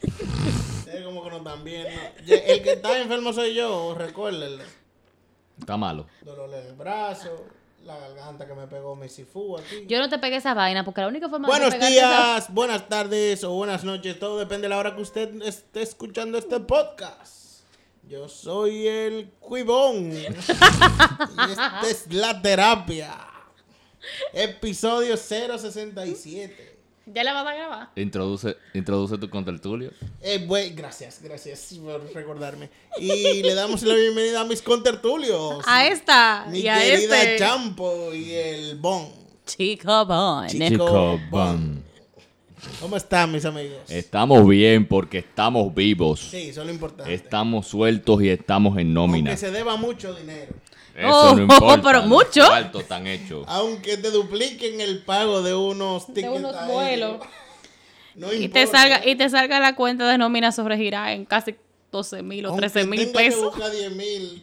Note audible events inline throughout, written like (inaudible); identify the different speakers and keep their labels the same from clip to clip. Speaker 1: (laughs) Ustedes como que no están bien. ¿no? Ya, El que está enfermo soy yo, recuérdenlo.
Speaker 2: Está malo.
Speaker 1: Dolor en el brazo, la garganta que me pegó mi sifú aquí.
Speaker 3: Yo no te pegué esa vaina porque la única forma de
Speaker 1: Buenos
Speaker 3: pegarte
Speaker 1: días, buenas tardes o buenas noches. Todo depende de la hora que usted esté escuchando este podcast. Yo soy el cuibón. (laughs) y esta es la terapia. Episodio 067.
Speaker 3: esa- (laughs) Ya la vas a grabar.
Speaker 2: Introduce, introduce tu contertulio.
Speaker 1: Eh, bue- gracias, gracias por recordarme. Y le damos la bienvenida a mis contertulios.
Speaker 3: A esta
Speaker 1: Mi
Speaker 3: y a
Speaker 1: querida
Speaker 3: este.
Speaker 1: Champo y el Bon.
Speaker 3: Chico bon.
Speaker 1: Chico. Bon. ¿Cómo están, mis amigos?
Speaker 2: Estamos bien porque estamos vivos.
Speaker 1: Sí, eso es lo importante.
Speaker 2: Estamos sueltos y estamos en nómina.
Speaker 1: Aunque se deba mucho dinero.
Speaker 2: Eso
Speaker 3: Oh, (laughs)
Speaker 2: no importa.
Speaker 3: pero
Speaker 2: los
Speaker 3: mucho.
Speaker 2: cuartos están hechos.
Speaker 1: Aunque te dupliquen el pago de unos tickets.
Speaker 3: unos
Speaker 1: aéreos,
Speaker 3: vuelos.
Speaker 1: No
Speaker 3: Y
Speaker 1: importa.
Speaker 3: te, salga, y te salga la cuenta de nómina sobre girar en casi 12 mil o
Speaker 1: Aunque
Speaker 3: 13 mil
Speaker 1: tenga que
Speaker 3: pesos.
Speaker 1: buscar 10 mil.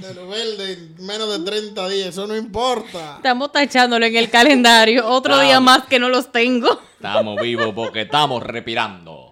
Speaker 1: Te lo verde en menos de 30 días. Eso no importa.
Speaker 3: Estamos tachándolo en el calendario. Otro
Speaker 2: Claro.
Speaker 3: día más que no los tengo.
Speaker 2: Estamos vivos porque estamos respirando.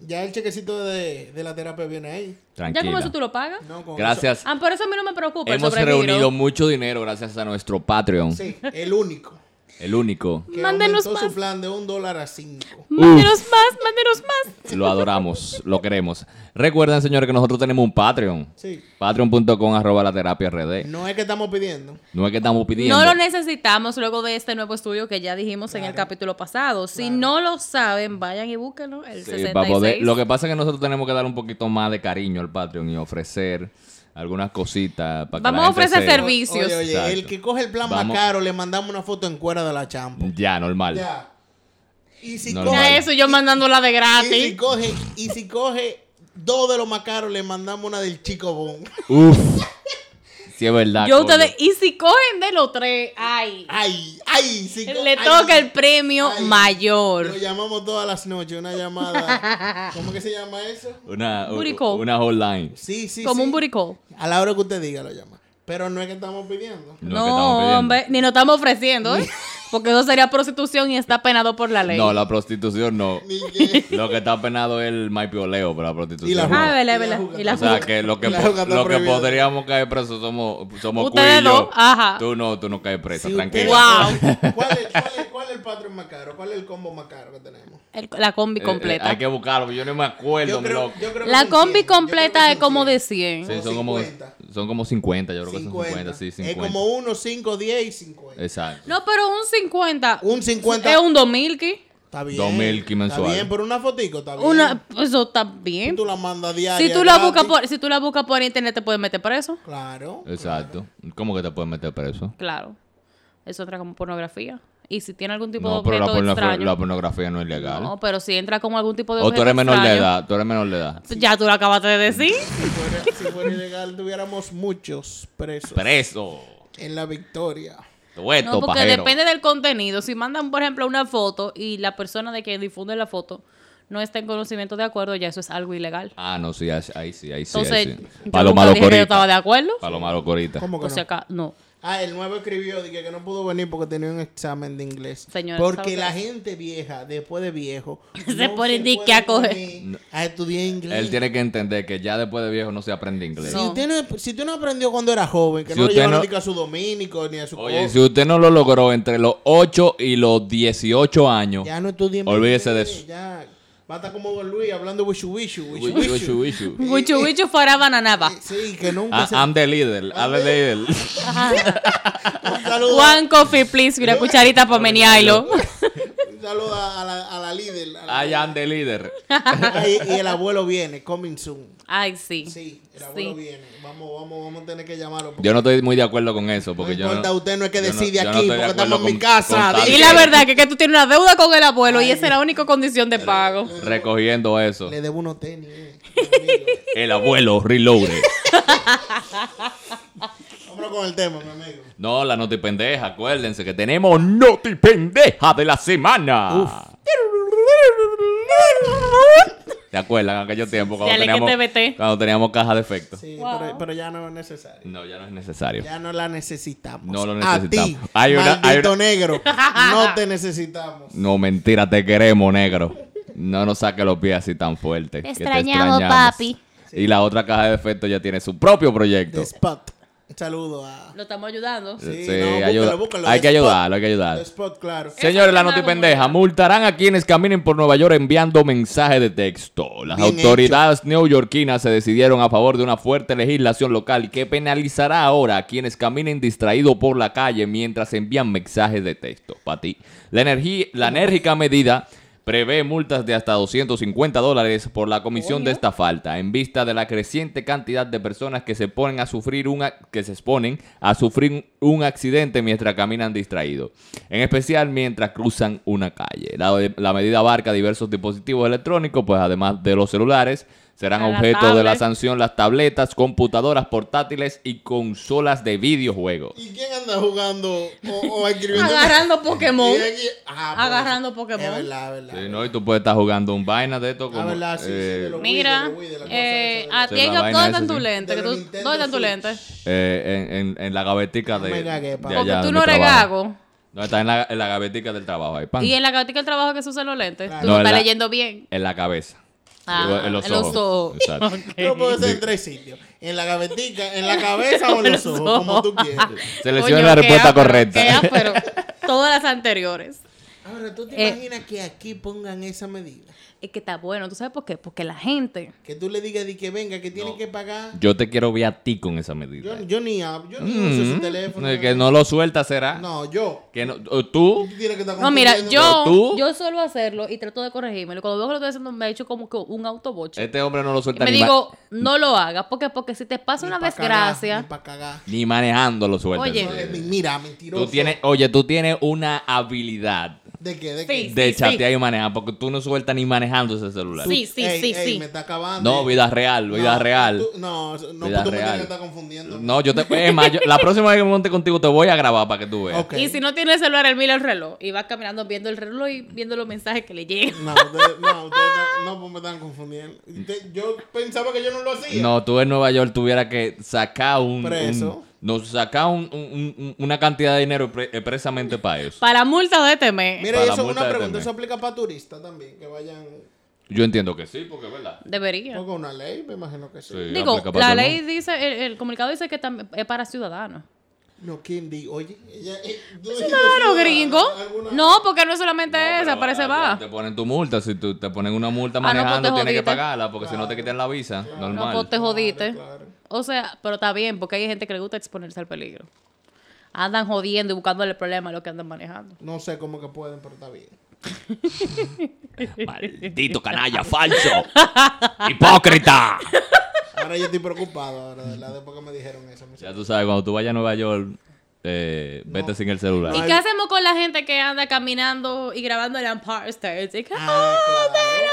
Speaker 1: Ya el chequecito de, de la terapia viene ahí.
Speaker 3: ¿Ya como
Speaker 2: Tranquila.
Speaker 3: eso tú lo pagas?
Speaker 1: No, con
Speaker 2: Gracias.
Speaker 3: Ah, por eso a mí no me preocupa. el
Speaker 2: Hemos
Speaker 3: sobregiro.
Speaker 2: reunido mucho dinero gracias a nuestro Patreon.
Speaker 1: eso- Sí, el único.
Speaker 2: El único.
Speaker 1: Que
Speaker 3: Mándenos
Speaker 1: aumentó
Speaker 3: más.
Speaker 1: su plan de un dólar a cinco.
Speaker 3: Mándenos más, mándenos más.
Speaker 2: Lo adoramos, lo queremos. Recuerden, señores, que nosotros tenemos un Patreon.
Speaker 1: Sí.
Speaker 2: Patreon.com arroba la terapia RD.
Speaker 1: No es que estamos pidiendo.
Speaker 2: No es que estamos pidiendo.
Speaker 3: No lo necesitamos luego de este nuevo estudio que ya dijimos en el capítulo pasado. Si no lo saben, vayan y búsquenlo. El
Speaker 2: Sí,
Speaker 3: 66.
Speaker 2: para poder- lo que pasa es que nosotros tenemos que dar un poquito más de cariño al Patreon y ofrecer algunas cositas para que
Speaker 3: Vamos
Speaker 2: la
Speaker 3: a
Speaker 2: gente
Speaker 3: ofrecer
Speaker 2: se-
Speaker 3: servi- Vicios.
Speaker 1: Oye, oye,
Speaker 2: Exacto.
Speaker 1: el que coge el plan
Speaker 2: Vamos.
Speaker 1: más caro le mandamos una foto en cuera de la champa.
Speaker 2: Ya, normal.
Speaker 1: Ya. Y si
Speaker 2: Normal.
Speaker 3: Ya
Speaker 1: coge,
Speaker 3: eso, yo mandándola de
Speaker 1: y si
Speaker 3: gratis.
Speaker 1: coge, y si coge dos de los más caros, le mandamos una del chico bon.
Speaker 2: Uf. Sí, es verdad.
Speaker 3: Yo
Speaker 2: Ah, coño.
Speaker 3: ustedes, y si cogen de los tres, ay,
Speaker 1: Ah, Ay, ay, si co-
Speaker 3: le
Speaker 1: ay.
Speaker 3: toca el premio
Speaker 1: Ay. Lo
Speaker 3: mayor.
Speaker 1: llamamos todas las noches, una
Speaker 3: (laughs)
Speaker 1: llamada. ¿Cómo que se llama eso?
Speaker 2: Una,
Speaker 3: Booty
Speaker 2: u-
Speaker 3: call.
Speaker 2: una hotline.
Speaker 1: Sí, sí.
Speaker 3: Como
Speaker 1: sí.
Speaker 3: un buricó.
Speaker 1: A la hora que usted diga lo llama. Pero no es que estamos pidiendo.
Speaker 2: No, es
Speaker 3: (laughs)
Speaker 2: que
Speaker 3: No,
Speaker 2: estamos pidiendo.
Speaker 3: hombre, ni nos estamos
Speaker 2: (laughs)
Speaker 3: ofreciendo, ¿eh? porque eso sería prostitución y está penado por la ley.
Speaker 2: No, la prostitución no.
Speaker 1: Ni que-
Speaker 2: Lo que está penado es el maipioleo, pero la prostitución.
Speaker 1: Y la
Speaker 2: no.
Speaker 1: jugada.
Speaker 3: Ah, verdad,
Speaker 1: Y la
Speaker 3: verdad.
Speaker 1: jugada.
Speaker 3: Y la
Speaker 2: O sea,
Speaker 3: jugada.
Speaker 2: que lo que,
Speaker 1: La
Speaker 2: po-
Speaker 1: jugada
Speaker 2: lo que
Speaker 1: prohibida.
Speaker 2: podríamos caer presos somos, somos
Speaker 3: Ustedes
Speaker 2: Cuy y yo.
Speaker 3: dos, ajá.
Speaker 2: Tú no, tú no caes preso,
Speaker 1: Si
Speaker 2: tranquilo.
Speaker 1: usted-
Speaker 3: Wow.
Speaker 1: (laughs) ¿Cuál es, cuál, es, ¿Cuál es el patrón más caro? ¿Cuál es el combo más caro que tenemos?
Speaker 3: El- la combi
Speaker 2: Eh, eh,
Speaker 3: completa.
Speaker 2: hay que buscarlo, yo no me acuerdo, mi loco.
Speaker 1: yo creo que
Speaker 3: la
Speaker 1: son
Speaker 3: combi
Speaker 1: 100. Yo creo
Speaker 3: completa
Speaker 1: que
Speaker 3: es como de
Speaker 1: son
Speaker 3: 100.
Speaker 2: Sí,
Speaker 1: Como
Speaker 2: son como,
Speaker 1: 50.
Speaker 2: son como 50, yo creo que son
Speaker 1: 50.
Speaker 2: 50, sí, Eh,
Speaker 1: Es
Speaker 2: 50.
Speaker 1: como 1, 5, 10 y 50.
Speaker 2: Exacto.
Speaker 3: No, pero un 50.
Speaker 1: Un 50.
Speaker 3: Es un 2000 que.
Speaker 1: Está bien.
Speaker 2: Dos milky mensual.
Speaker 1: Está bien, pero una fotico está bien.
Speaker 3: Una, eso está bien.
Speaker 1: Tú la mandas diaria.
Speaker 3: Si tú, la
Speaker 1: gratis.
Speaker 3: buscas por, si tú la buscas por internet, te puedes meter preso.
Speaker 1: Claro.
Speaker 2: Exacto. ¿Cómo que te pueden meter preso?
Speaker 3: Claro. Eso entra como pornografía. Y si tiene algún tipo de
Speaker 2: No, pero
Speaker 3: objeto
Speaker 2: la, porno-
Speaker 3: extraño.
Speaker 2: la pornografía no es legal.
Speaker 3: no, pero si entra como algún tipo de
Speaker 2: o tú
Speaker 3: objeto
Speaker 2: eres menor de
Speaker 3: extraño,
Speaker 2: edad, tú eres menor de edad.
Speaker 3: Ya tú lo acabaste
Speaker 2: (laughs)
Speaker 3: de decir.
Speaker 1: Si fuera, si fuera ilegal, tuviéramos muchos presos
Speaker 2: Preso.
Speaker 1: en la victoria.
Speaker 2: Tueto,
Speaker 3: No, porque
Speaker 2: pajero.
Speaker 3: depende del contenido. Si mandan, por ejemplo, una foto y la persona de que difunde la foto no está en conocimiento de acuerdo, ya eso es algo ilegal.
Speaker 2: Ah, no, sí, ahí ahí sí, ahí sí.
Speaker 3: Entonces,
Speaker 2: ahí sí.
Speaker 3: yo nunca dije que yo estaba de acuerdo.
Speaker 2: Paloma locorita.
Speaker 1: ¿Cómo que
Speaker 3: O sea,
Speaker 1: no?
Speaker 3: acá, no.
Speaker 1: Ah, el nuevo escribió dije que no pudo venir porque tenía un examen de inglés.
Speaker 3: Señor,
Speaker 1: porque
Speaker 3: ¿sabe
Speaker 1: la
Speaker 3: qué?
Speaker 1: gente vieja, después de viejo,
Speaker 3: (laughs) Se pone di que a coger.
Speaker 1: poner A estudiar inglés.
Speaker 2: Él tiene que entender que ya después de viejo no se aprende inglés.
Speaker 1: Si,
Speaker 3: No.
Speaker 1: usted no, si usted no aprendió cuando era joven, que
Speaker 2: Si
Speaker 1: no le
Speaker 2: usted
Speaker 1: llevaron
Speaker 2: no-
Speaker 1: ni que a su dominico ni a su
Speaker 2: Oye,
Speaker 1: cosa,
Speaker 2: si usted no lo logró entre los 8 y los 18 años,
Speaker 1: ya no estudien
Speaker 2: olvídese de
Speaker 1: inglés,
Speaker 2: eso.
Speaker 1: Ya. Va a estar como Don Luis hablando wishu wishu.
Speaker 2: Wishu,
Speaker 1: wishu,
Speaker 2: wishu,
Speaker 1: wishu.
Speaker 2: wishu.
Speaker 3: Wichu Wichu fuera bananaba.
Speaker 1: Sí, que nunca
Speaker 2: Ah,
Speaker 1: se...
Speaker 2: I'm the leader. I'm the leader.
Speaker 1: (laughs) Un saludo,
Speaker 3: One coffee, please. Y una cucharita para menearlo.
Speaker 2: (laughs)
Speaker 1: un saludo a, la, a la líder. a la-
Speaker 2: I am the leader.
Speaker 1: Ay, y el abuelo viene, coming soon.
Speaker 3: Ay, sí.
Speaker 1: Sí, el abuelo
Speaker 3: Sí.
Speaker 1: viene. Vamos, vamos, vamos a tener que llamarlo. porque
Speaker 2: Yo no estoy muy de acuerdo con eso. Porque
Speaker 1: no
Speaker 2: yo
Speaker 1: importa,
Speaker 2: no-
Speaker 1: usted no es que
Speaker 2: yo no-
Speaker 1: decide
Speaker 2: yo no
Speaker 1: aquí,
Speaker 2: estoy de
Speaker 1: porque
Speaker 2: acuerdo
Speaker 1: estamos en mi
Speaker 2: con-
Speaker 1: casa.
Speaker 2: con tal-
Speaker 1: dile-
Speaker 3: Y la verdad que, que tú tienes una deuda con el abuelo y esa es la única condición de pago.
Speaker 2: recogiendo eso.
Speaker 1: Le debo unos tenis. eh, a mi amigo.
Speaker 2: El abuelo reloaded.
Speaker 1: Vámonos con el tema, mi amigo.
Speaker 2: No, la noti pendeja, acuérdense que tenemos noti pendeja de la semana. ¿Te acuerdas en aquellos tiempos cuando
Speaker 3: Dale, que
Speaker 2: teníamos,
Speaker 3: te vete.
Speaker 2: cuando teníamos caja de efectos?
Speaker 1: Sí, pero, pero ya no es necesario.
Speaker 2: No, ya no es necesario.
Speaker 1: Ya no la necesitamos.
Speaker 2: No lo
Speaker 1: A ti,
Speaker 2: necesitamos. Hay una- hay
Speaker 1: maldito
Speaker 2: una-
Speaker 1: negro,
Speaker 3: (laughs)
Speaker 1: no te necesitamos.
Speaker 2: No, mentira, te queremos, negro. No nos saques los pies así tan fuerte.
Speaker 4: Te
Speaker 2: que
Speaker 4: extrañamos, papi.
Speaker 2: Y la otra caja de efectos ya tiene su propio proyecto.
Speaker 1: The Spot. Un saludo a...
Speaker 3: Lo estamos ayudando.
Speaker 1: Sí,
Speaker 2: Sí,
Speaker 1: no, búscalo,
Speaker 2: ayuda.
Speaker 1: búscalo,
Speaker 2: Hay
Speaker 1: The
Speaker 2: que
Speaker 1: Spot.
Speaker 2: ayudarlo, hay que
Speaker 1: The
Speaker 2: ayudarlo.
Speaker 1: Spot, claro.
Speaker 2: Señores, la
Speaker 3: tema
Speaker 2: noti
Speaker 3: como-
Speaker 2: pendeja. Multarán a quienes caminen por Nueva York enviando mensajes de texto. Las
Speaker 1: Bien
Speaker 2: autoridades neoyorquinas se decidieron a favor de una fuerte legislación local que penalizará ahora a quienes caminen distraídos por la calle mientras envían mensajes de texto. Para ti. La, energí- la enérgica medida prevé multas de hasta 250 dólares por la comisión de esta falta, en vista de la creciente cantidad de personas que se ponen a sufrir un ac- que se exponen a sufrir un accidente mientras caminan distraídos, en especial mientras cruzan una calle. La, la medida abarca diversos dispositivos electrónicos, pues además de los celulares, serán
Speaker 3: La
Speaker 2: objeto de la
Speaker 3: tablet.
Speaker 2: sanción las tabletas, computadoras portátiles y consolas de videojuegos.
Speaker 1: ¿Y quién anda jugando o,
Speaker 3: (laughs)
Speaker 1: o escribiendo?
Speaker 3: Agarrando Pokémon.
Speaker 1: Y aquí- ah, pues,
Speaker 3: Agarrando Pokémon.
Speaker 1: Es verdad, es verdad.
Speaker 2: Sí, ¿no? Y tú puedes estar jugando un vaina de esto
Speaker 1: Ah,
Speaker 2: como...
Speaker 1: verdad, sí, sí,
Speaker 2: eh,
Speaker 1: de los
Speaker 3: Mira,
Speaker 1: Wii, de los Wii, de la cosa
Speaker 3: eh,
Speaker 1: esa, de la-
Speaker 3: a
Speaker 2: de
Speaker 3: ti,
Speaker 2: la
Speaker 3: Jacob,
Speaker 2: vaina
Speaker 3: ¿dónde
Speaker 2: esa,
Speaker 3: están
Speaker 2: sí.
Speaker 3: tus lentes?
Speaker 1: De
Speaker 3: Que
Speaker 1: los
Speaker 3: tú-
Speaker 1: Nintendo
Speaker 3: ¿Dónde están tus
Speaker 1: Switch.
Speaker 3: lentes?
Speaker 2: eh, en, en- en la gavetica de,
Speaker 1: Me cagué,
Speaker 2: de
Speaker 1: pa.
Speaker 2: allá
Speaker 3: Porque tú
Speaker 2: de
Speaker 3: no
Speaker 2: mi
Speaker 3: eres
Speaker 2: trabajo.
Speaker 3: gago.
Speaker 2: No, está en la, en la gavetica del trabajo ahí, pan.
Speaker 3: Y en la gatica del trabajo que se usan los lentes. Tú
Speaker 2: Ah. No,
Speaker 3: no
Speaker 2: en
Speaker 3: estás
Speaker 2: la-
Speaker 3: leyendo bien.
Speaker 2: En la cabeza.
Speaker 3: Ah,
Speaker 2: en los
Speaker 3: en los
Speaker 2: ojos.
Speaker 3: ojos.
Speaker 2: Exacto.
Speaker 1: Pero puede ser en tres sitios. En la gavetica, en la cabeza o en
Speaker 3: (laughs)
Speaker 1: los ojos, como tú quieras.
Speaker 2: Selecciona
Speaker 3: Coño,
Speaker 2: la
Speaker 3: qué
Speaker 2: respuesta
Speaker 3: áspero,
Speaker 2: correcta.
Speaker 3: qué áspero. todas las anteriores.
Speaker 1: Ahora, ¿tú te
Speaker 3: Eh.
Speaker 1: imaginas que aquí pongan esa medida?
Speaker 3: Es que está bueno. ¿Tú sabes por qué? Porque la gente.
Speaker 1: Que tú le digas de que venga, que tiene que pagar.
Speaker 2: (laughs) Yo te quiero ver a ti con esa medida.
Speaker 1: Yo, yo ni hablo, yo ni uso ese
Speaker 2: Mm,
Speaker 1: teléfono.
Speaker 2: Que no lo suelta será.
Speaker 1: No, yo.
Speaker 2: Que no, o
Speaker 1: (laughs) Tú
Speaker 2: tú.
Speaker 1: tienes que estar
Speaker 3: No, mira,
Speaker 1: confundiendo-
Speaker 3: yo,
Speaker 2: tú-
Speaker 3: yo suelo hacerlo y trato de corregirme. Cuando veo que lo estoy haciendo, me he hecho como que un autoboche.
Speaker 2: Este hombre no lo
Speaker 3: Y
Speaker 2: suelta
Speaker 3: me
Speaker 2: ni,
Speaker 3: digo, no lo hagas. Porque, porque si te pasa
Speaker 1: Ni
Speaker 3: una
Speaker 1: pa' cagar,
Speaker 3: desgracia.
Speaker 1: ni pa' cagar.
Speaker 2: ma- ni manejando lo suelta.
Speaker 3: Oye.
Speaker 1: Eh, mi-
Speaker 2: Sí.
Speaker 1: Mira, mentiroso.
Speaker 2: Tú tienes, oye, tú tienes una habilidad
Speaker 1: ¿De qué? ¿De
Speaker 3: Sí.
Speaker 1: qué?
Speaker 2: de chatear y manejar porque tú no sueltas ni manejando ese celular.
Speaker 3: Sí, sí,
Speaker 1: Ey,
Speaker 3: sí,
Speaker 1: ey,
Speaker 3: sí.
Speaker 1: me está acabando.
Speaker 2: No, vida real, vida
Speaker 1: No,
Speaker 2: real.
Speaker 1: tú- no, no,
Speaker 2: Vida
Speaker 1: tú me tienes
Speaker 2: real.
Speaker 1: que estar confundiendo.
Speaker 2: No, yo te. Es más, yo- la próxima vez que me monte contigo te voy a grabar para que tú veas.
Speaker 1: Ok.
Speaker 3: Y si no tiene celular, él mira el reloj y va caminando viendo el reloj y viendo los mensajes que le llegan. (laughs)
Speaker 1: No, ustedes, no, ustedes no, no, pues me están confundiendo. Te- yo pensaba que yo no lo hacía.
Speaker 2: No, tú en Nueva York tuviera que sacar un.
Speaker 1: Preso.
Speaker 2: un- no, sacar un- un- un- una cantidad de dinero pre- expresamente para eso.
Speaker 3: Para multa de este mes.
Speaker 1: Mira,
Speaker 2: Para
Speaker 1: eso
Speaker 2: la
Speaker 1: es
Speaker 2: multa
Speaker 1: una
Speaker 2: de
Speaker 1: pregunta.
Speaker 2: temer.
Speaker 1: Eso aplica para turistas también, que vayan
Speaker 2: Yo entiendo que sí, porque es verdad.
Speaker 3: Debería.
Speaker 1: con una ley, me imagino que sí.
Speaker 2: Sí,
Speaker 3: Digo,
Speaker 2: aplica para todo
Speaker 3: la
Speaker 2: el
Speaker 3: ley
Speaker 2: mundo.
Speaker 3: dice, el, el comunicado dice que tam- es para ciudadanos.
Speaker 1: No, ¿quién di? Oye, ella, eh, tú dijiste
Speaker 3: Ciudadano
Speaker 1: ciudadana,
Speaker 3: gringo.
Speaker 1: alguna-
Speaker 3: No, porque no es solamente
Speaker 2: No,
Speaker 3: esa,
Speaker 2: pero
Speaker 3: parece
Speaker 2: allá
Speaker 3: va.
Speaker 2: Te ponen tu multa. Si tú te ponen una multa
Speaker 3: no, pues te
Speaker 2: manejando, tienes que
Speaker 3: jodiste.
Speaker 2: pagarla porque si no te quitan la visa.
Speaker 3: No,
Speaker 2: Normal. (laughs)
Speaker 3: pues te jodiste.
Speaker 1: claro.
Speaker 3: O sea, pero está bien, porque hay gente que le gusta exponerse al peligro. Andan jodiendo y buscándole problema a lo que andan manejando.
Speaker 1: No sé cómo que pueden, pero está bien.
Speaker 2: Maldito canalla, falso. (laughs) Hipócrita.
Speaker 1: Ahora yo estoy preocupado, ahora, de verdad, después que me dijeron eso. me
Speaker 2: Ya tú sabes, cuando tú vayas a Nueva York, eh, vete sin el celular.
Speaker 3: ¿Y qué hacemos con la gente que anda caminando y grabando el Empire State? Y que,
Speaker 1: Ah, claro.
Speaker 3: "Oh, pero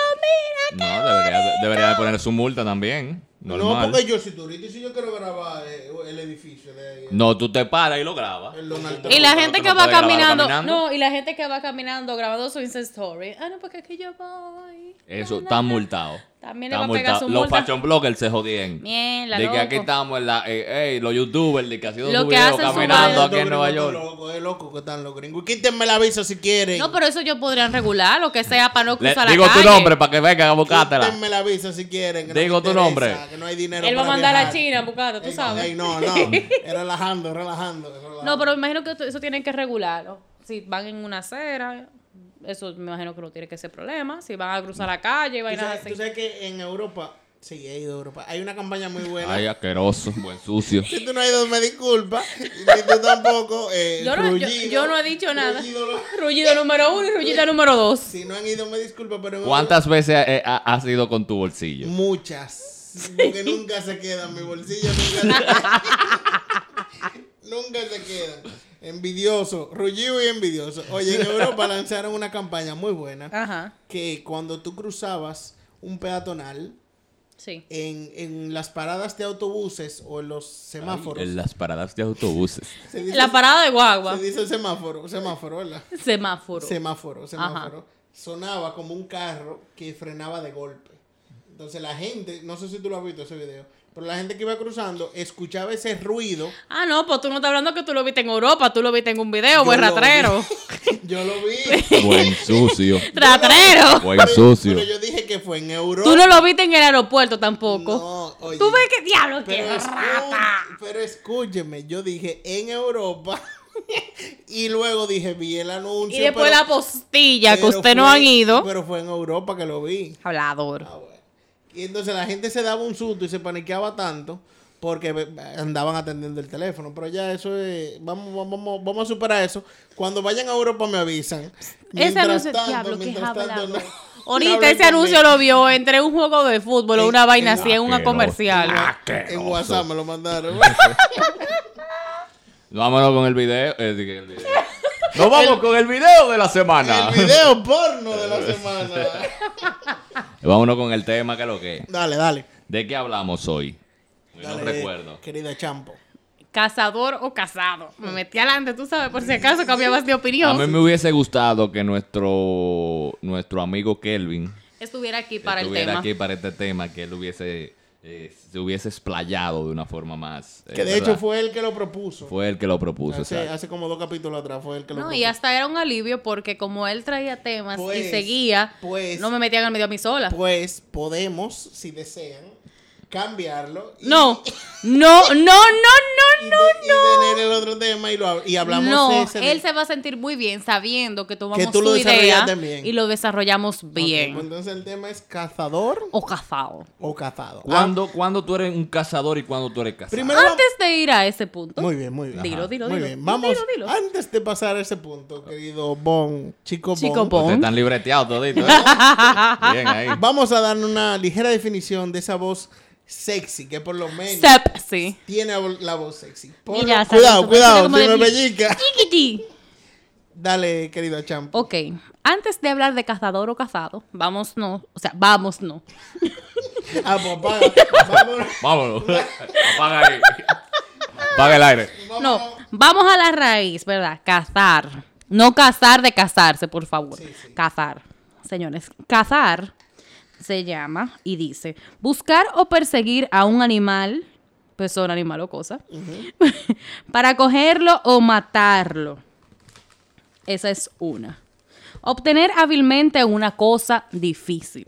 Speaker 3: mira,
Speaker 2: No, debería, debería de poner su multa también. Normal.
Speaker 1: No, porque yo soy turista y si yo quiero grabar eh, el edificio de ahí,
Speaker 2: No, tú te paras y lo grabas.
Speaker 1: el Donald Trump.
Speaker 3: Y la gente
Speaker 2: no
Speaker 3: que va
Speaker 2: puede grabarlo
Speaker 3: caminando,
Speaker 2: caminando.
Speaker 3: no, y la gente que va caminando grabando su Insta Story. Ah, no, porque aquí yo voy.
Speaker 2: Eso,
Speaker 3: Na, na,
Speaker 2: está multado.
Speaker 3: na. También le va a
Speaker 2: Estamos
Speaker 3: pegar
Speaker 2: multa-
Speaker 3: su
Speaker 2: Los
Speaker 3: multa.
Speaker 2: fashion bloggers se jodían.
Speaker 3: Mierda,
Speaker 2: de que aquí
Speaker 3: loco.
Speaker 2: estamos en la, eh, ey, los youtubers, de que haciendo
Speaker 3: Lo
Speaker 2: su
Speaker 3: que
Speaker 2: video
Speaker 3: hacen su
Speaker 2: caminando
Speaker 3: baile.
Speaker 2: aquí en Nueva York.
Speaker 1: Loco, es loco que están los gringos. Quítenme la visa si quieren.
Speaker 3: No, pero eso yo podrían regular, lo que sea, para no
Speaker 2: Le-
Speaker 3: cruzar
Speaker 2: digo
Speaker 3: la calle.
Speaker 2: tu nombre para que vengan a buscártela.
Speaker 1: Quítenme la visa si quieren. que no
Speaker 2: Digo
Speaker 1: me
Speaker 2: tu
Speaker 1: interesa,
Speaker 2: nombre.
Speaker 1: Que no hay dinero
Speaker 3: Él va a
Speaker 1: para
Speaker 3: mandar a
Speaker 1: viajar.
Speaker 3: China, buscando, tú
Speaker 1: Ey,
Speaker 3: sabes.
Speaker 1: ey, no, no. Eh, relajando, relajando. relajando.
Speaker 3: (laughs) No, pero me imagino que eso tienen que regularlo. Si van en una acera, eso me imagino que no tiene que ser problema. Si van a cruzar la calle,
Speaker 1: Tú
Speaker 3: vainas
Speaker 1: sabes,
Speaker 3: así.
Speaker 1: tú sabes que en Europa, sí, he ido a Europa. Hay una campaña muy buena.
Speaker 2: Ay, asqueroso, buen sucio.
Speaker 1: (laughs) Si tú no has ido, me disculpa. Ni tú tampoco. eh,
Speaker 3: Yo no, yo,
Speaker 1: Rullido.
Speaker 3: yo no he dicho nada.
Speaker 1: Rullido lo-
Speaker 3: Rullido número uno y rullido número dos.
Speaker 1: Si no han ido, me disculpa, pero. en
Speaker 2: ¿Cuántas veces eh, ha- has ido con tu bolsillo?
Speaker 1: Muchas. Porque nunca se quedan. Mi bolsillo nunca se
Speaker 3: (laughs)
Speaker 1: queda. nunca se quedan. Envidioso. Rullido y envidioso. Oye, en Europa lanzaron una campaña muy buena.
Speaker 3: Ajá,
Speaker 1: Que cuando tú cruzabas un peatonal
Speaker 3: sí.
Speaker 1: en, en las paradas de autobuses o en los semáforos.
Speaker 2: En las paradas de autobuses.
Speaker 1: se dice-
Speaker 3: La parada de guagua.
Speaker 1: Se dice semáforo, semáforo, ¿verdad?
Speaker 3: Semáforo.
Speaker 1: Semáforo, semáforo. Sonaba como un carro que frenaba de golpe. Entonces la gente, no sé si tú lo has visto ese video, pero la gente que iba cruzando escuchaba ese ruido.
Speaker 3: Ah, no, pues tú no estás hablando que tú lo viste en Europa, tú lo viste en un video,
Speaker 1: Yo
Speaker 3: buen
Speaker 1: lo vi.
Speaker 3: ratrero.
Speaker 1: (laughs) Yo lo
Speaker 3: (laughs)
Speaker 1: vi.
Speaker 2: Buen sucio.
Speaker 3: ¡Ratrero!
Speaker 2: Buen sucio.
Speaker 1: Pero yo dije que fue en Europa.
Speaker 3: Tú no lo viste en el aeropuerto tampoco.
Speaker 1: No, oye.
Speaker 3: Tú ves que diablo
Speaker 1: pero,
Speaker 3: que
Speaker 1: escu- pero escúcheme, yo dije en Europa (laughs) y luego dije vi el anuncio.
Speaker 3: Y después
Speaker 1: pero-
Speaker 3: la postilla que
Speaker 1: pero
Speaker 3: usted no
Speaker 1: fue-
Speaker 3: han ido.
Speaker 1: Pero fue en Europa que lo vi.
Speaker 3: Hablador.
Speaker 1: Ah, bueno. Y entonces la gente se daba un susto y se paniqueaba tanto porque ve- andaban atendiendo el teléfono. Pero ya eso es. Vamos, vamos, vamos, vamos a superar eso. Cuando vayan a Europa me avisan.
Speaker 3: Ese
Speaker 1: Mientras
Speaker 3: anuncio,
Speaker 1: tanto,
Speaker 3: diablo, que
Speaker 1: mientras tanto,
Speaker 3: hablador.
Speaker 1: no- no
Speaker 3: Ahorita
Speaker 1: hablen
Speaker 3: ese anuncio
Speaker 1: conmigo.
Speaker 3: lo vio entre un juego de fútbol o
Speaker 1: En-
Speaker 3: una vaina
Speaker 1: en-
Speaker 3: así en una
Speaker 2: Asqueroso.
Speaker 3: comercial.
Speaker 1: En WhatsApp me lo
Speaker 2: (laughs)
Speaker 1: mandaron.
Speaker 2: Vámonos con el video. eh, dije, el video. Nos vamos con el video de la semana.
Speaker 1: el video porno de
Speaker 2: Eh.
Speaker 1: la semana.
Speaker 2: (laughs) Vámonos con el tema que es lo que es.
Speaker 1: dale, dale.
Speaker 2: ¿De qué hablamos hoy? Yo no
Speaker 1: Dale,
Speaker 2: recuerdo.
Speaker 1: Querida Champo.
Speaker 3: Cazador o casado.
Speaker 1: Mm.
Speaker 3: Me metí adelante, tú sabes, por si
Speaker 1: (laughs)
Speaker 3: acaso cambiabas de
Speaker 2: A mí
Speaker 3: opinión.
Speaker 2: me hubiese gustado que nuestro, nuestro amigo Kelvin
Speaker 3: Estuviera aquí para el
Speaker 2: estuviera
Speaker 3: tema.
Speaker 2: aquí para este tema, que él hubiese, eh, se hubiese explayado de una forma más. eh,
Speaker 1: Que de
Speaker 2: ¿verdad?
Speaker 1: hecho fue él que lo propuso.
Speaker 2: Fue él que lo propuso.
Speaker 1: hace,
Speaker 2: exacto.
Speaker 1: hace como dos capítulos atrás fue él que lo
Speaker 3: No,
Speaker 1: propuso.
Speaker 3: y hasta era un alivio porque como él traía temas y
Speaker 1: Pues,
Speaker 3: seguía,
Speaker 1: pues.
Speaker 3: no me metían al medio a mí sola.
Speaker 1: Pues podemos, si desean, cambiarlo. y-
Speaker 3: no, no, no, no, no,
Speaker 1: y, de-
Speaker 3: no.
Speaker 1: (laughs) y tener el otro tema y, lo, hab- y hablamos de
Speaker 3: No,
Speaker 1: ese. de-
Speaker 3: él se va a sentir muy bien sabiendo que tomamos
Speaker 1: Que tú lo
Speaker 3: su idea
Speaker 1: desarrollaste bien.
Speaker 3: y lo desarrollamos
Speaker 1: Ok,
Speaker 3: bien.
Speaker 1: pues entonces el tema es cazador
Speaker 3: O cazado.
Speaker 1: o cazado.
Speaker 2: ¿Cuándo, cuándo tú eres un cazador y cuándo tú eres cazado?
Speaker 1: Primero vamos-
Speaker 3: Antes de ir a ese punto.
Speaker 1: Muy bien, muy bien.
Speaker 3: Dilo, dilo,
Speaker 1: Muy
Speaker 3: dilo.
Speaker 1: bien. Vamos,
Speaker 3: Dilo, dilo.
Speaker 1: antes de pasar a ese punto, querido Bon, chico Bon.
Speaker 3: Chico
Speaker 2: Ustedes
Speaker 3: Bon.
Speaker 2: están libreteados toditos. ¿eh?
Speaker 3: (laughs)
Speaker 2: Bien ahí.
Speaker 1: Vamos a dar una ligera definición de esa voz sexy, que por lo menos
Speaker 3: Sep,
Speaker 1: (laughs)
Speaker 3: sí.
Speaker 1: tiene la vo- la voz sexy. Por
Speaker 3: Mira,
Speaker 1: lo-
Speaker 3: Sammy,
Speaker 1: cuidado,
Speaker 3: tú pareces
Speaker 1: cuidado,
Speaker 3: como
Speaker 1: si
Speaker 3: de-
Speaker 1: me pellizca.
Speaker 3: Chiquití.
Speaker 1: Dale, querido Champo.
Speaker 3: Ok, antes de hablar de cazador o cazado, vamos no, o sea, vamos no.
Speaker 1: Ah, pues apaga. Vámonos.
Speaker 2: Vámonos. Apaga ahí. Apaga el aire.
Speaker 3: No, vamos a la raíz, ¿verdad? Cazar. No cazar de casarse, por favor. Cazar. Señores, cazar se llama y dice buscar o perseguir a un animal, persona, animal o cosa, (laughs) para cogerlo o matarlo. Esa es una. Obtener hábilmente una cosa difícil.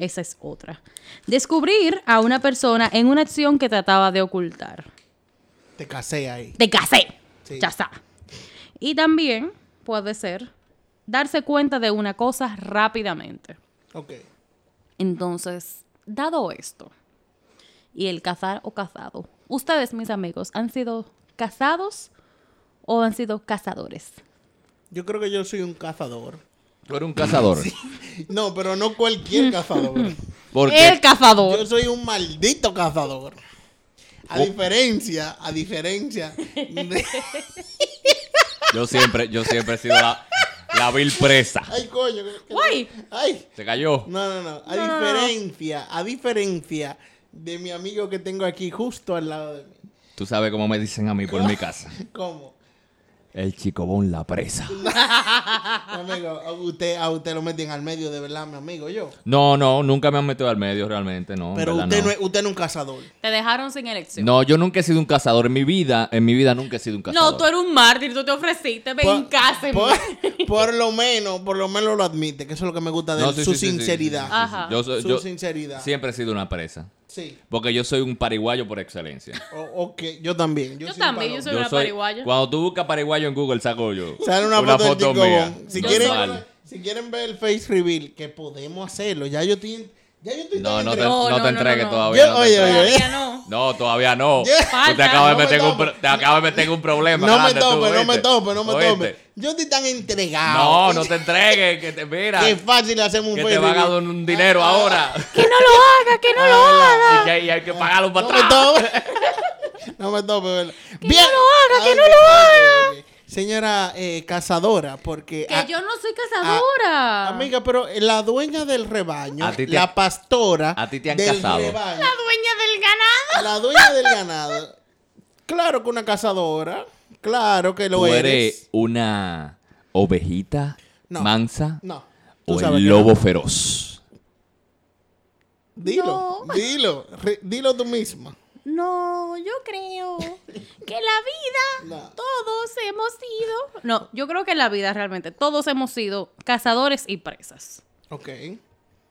Speaker 3: Esa es otra. Descubrir a una persona en una acción que trataba de ocultar
Speaker 1: Te casé ahí.
Speaker 3: te casé.
Speaker 1: Sí.
Speaker 3: Ya está. Y también puede ser darse cuenta de una cosa rápidamente.
Speaker 1: Ok.
Speaker 3: Entonces, dado esto y el cazar o cazado, ustedes, mis amigos, han sido cazados o han sido cazadores.
Speaker 1: Yo creo que yo soy un cazador.
Speaker 2: Tú eres un cazador.
Speaker 1: No, pero no cualquier cazador.
Speaker 2: Porque
Speaker 3: El cazador.
Speaker 1: Yo soy un maldito cazador. A diferencia, a diferencia de...
Speaker 2: yo siempre, yo siempre he sido la, la vil presa.
Speaker 1: Ay, coño. que- que-
Speaker 3: Guay.
Speaker 1: Ay.
Speaker 2: ¿Se cayó?
Speaker 1: No, no, no. A diferencia, a diferencia de mi amigo que tengo aquí justo al lado de mí.
Speaker 2: Tú sabes cómo me dicen a mí por mi casa.
Speaker 1: ¿Cómo?
Speaker 2: El chicobón la presa.
Speaker 1: Mi amigo, a usted, a usted lo meten al medio, de verdad, mi amigo, yo.
Speaker 2: No, no, nunca me han metido al medio realmente, no. en
Speaker 1: Pero
Speaker 2: verdad,
Speaker 1: usted no.
Speaker 2: no.
Speaker 1: es, usted no es un cazador.
Speaker 3: Te dejaron sin elección.
Speaker 2: No, yo nunca he sido un cazador. En mi vida, en mi vida nunca he sido un cazador.
Speaker 3: No, tú eres un mártir, tú te ofreciste, ven en casa. y- (laughs)
Speaker 1: por, por lo menos, por lo menos lo admite, que eso es lo que me gusta de
Speaker 2: No,
Speaker 1: él,
Speaker 2: sí,
Speaker 1: su
Speaker 2: sí, sí, sí,
Speaker 1: sinceridad.
Speaker 2: sí, sí, sí.
Speaker 3: Ajá.
Speaker 2: Yo soy-
Speaker 1: Su
Speaker 2: yo
Speaker 1: sinceridad.
Speaker 2: Siempre he sido una presa.
Speaker 1: Sí.
Speaker 2: Porque yo soy un pariguayo por
Speaker 3: (laughs)
Speaker 2: excelencia.
Speaker 1: O- ok, yo también. Yo,
Speaker 3: Yo
Speaker 1: soy un
Speaker 3: también, yo
Speaker 1: palo.
Speaker 3: soy una pariguaya.
Speaker 2: Cuando tú buscas pariguayo en Google, saco yo.
Speaker 1: Sale una, foto, del Chico
Speaker 2: mía.
Speaker 1: Bon. Si
Speaker 3: Yo
Speaker 1: quieren,
Speaker 2: Normal.
Speaker 1: si quieren ver el face reveal, que podemos hacerlo. Ya yo estoy. Ya yo estoy
Speaker 2: No,
Speaker 1: tan
Speaker 2: no te,
Speaker 1: entregado.
Speaker 3: No,
Speaker 2: no,
Speaker 3: no,
Speaker 2: te
Speaker 3: no,
Speaker 2: entregues
Speaker 3: no.
Speaker 2: todavía.
Speaker 1: Yo-
Speaker 2: no te
Speaker 1: oye, oye,
Speaker 2: entregues.
Speaker 1: oye.
Speaker 3: Todavía no.
Speaker 2: No, todavía no.
Speaker 1: (laughs) Yeah.
Speaker 2: Tú te
Speaker 1: Falta,
Speaker 2: acabas de meter
Speaker 1: no
Speaker 2: en un,
Speaker 1: me
Speaker 2: pro- te acabas de meter en un problema.
Speaker 1: No me
Speaker 2: grande, tú,
Speaker 1: tope, no me
Speaker 2: ¿oíste?
Speaker 1: tope, no me
Speaker 2: ¿Oíste?
Speaker 1: tope. Yo estoy tan entregado.
Speaker 2: No, no te entregues, que te
Speaker 1: (laughs)
Speaker 2: mira.
Speaker 1: Qué fácil hacemos un
Speaker 2: que
Speaker 1: face
Speaker 2: te van a dar
Speaker 1: reveal.
Speaker 2: un dinero ahora.
Speaker 3: Que no lo haga, que no lo haga.
Speaker 2: Ah, y, que, y hay que pagarlo para
Speaker 1: Ah. No me
Speaker 2: atrás. (laughs)
Speaker 1: tope. (laughs) no me tope, ¿verdad? Bien.
Speaker 3: lo haga, que
Speaker 1: Ay,
Speaker 3: no lo
Speaker 1: ok, ok, ok. Señora eh, cazadora, porque.
Speaker 3: Que
Speaker 1: ah,
Speaker 3: yo no soy cazadora.
Speaker 1: Amiga, pero la dueña del rebaño,
Speaker 2: A ti te-
Speaker 1: la pastora
Speaker 2: a ti te han
Speaker 1: del
Speaker 2: cazado.
Speaker 1: rebaño,
Speaker 3: La dueña del ganado.
Speaker 1: la dueña del ganado. Claro que una cazadora, claro que lo
Speaker 2: Tú
Speaker 1: eres.
Speaker 2: eres una ovejita
Speaker 1: No.
Speaker 2: mansa
Speaker 1: No. tú
Speaker 2: o
Speaker 1: sabes
Speaker 2: el
Speaker 1: que
Speaker 2: lobo
Speaker 1: no.
Speaker 2: feroz.
Speaker 1: Dilo, dilo, re- dilo tú misma.
Speaker 3: No, yo creo
Speaker 1: (laughs)
Speaker 3: que la vida
Speaker 1: No.
Speaker 3: todos hemos sido. No, yo creo que en la vida realmente todos hemos sido cazadores y presas.
Speaker 1: Ok.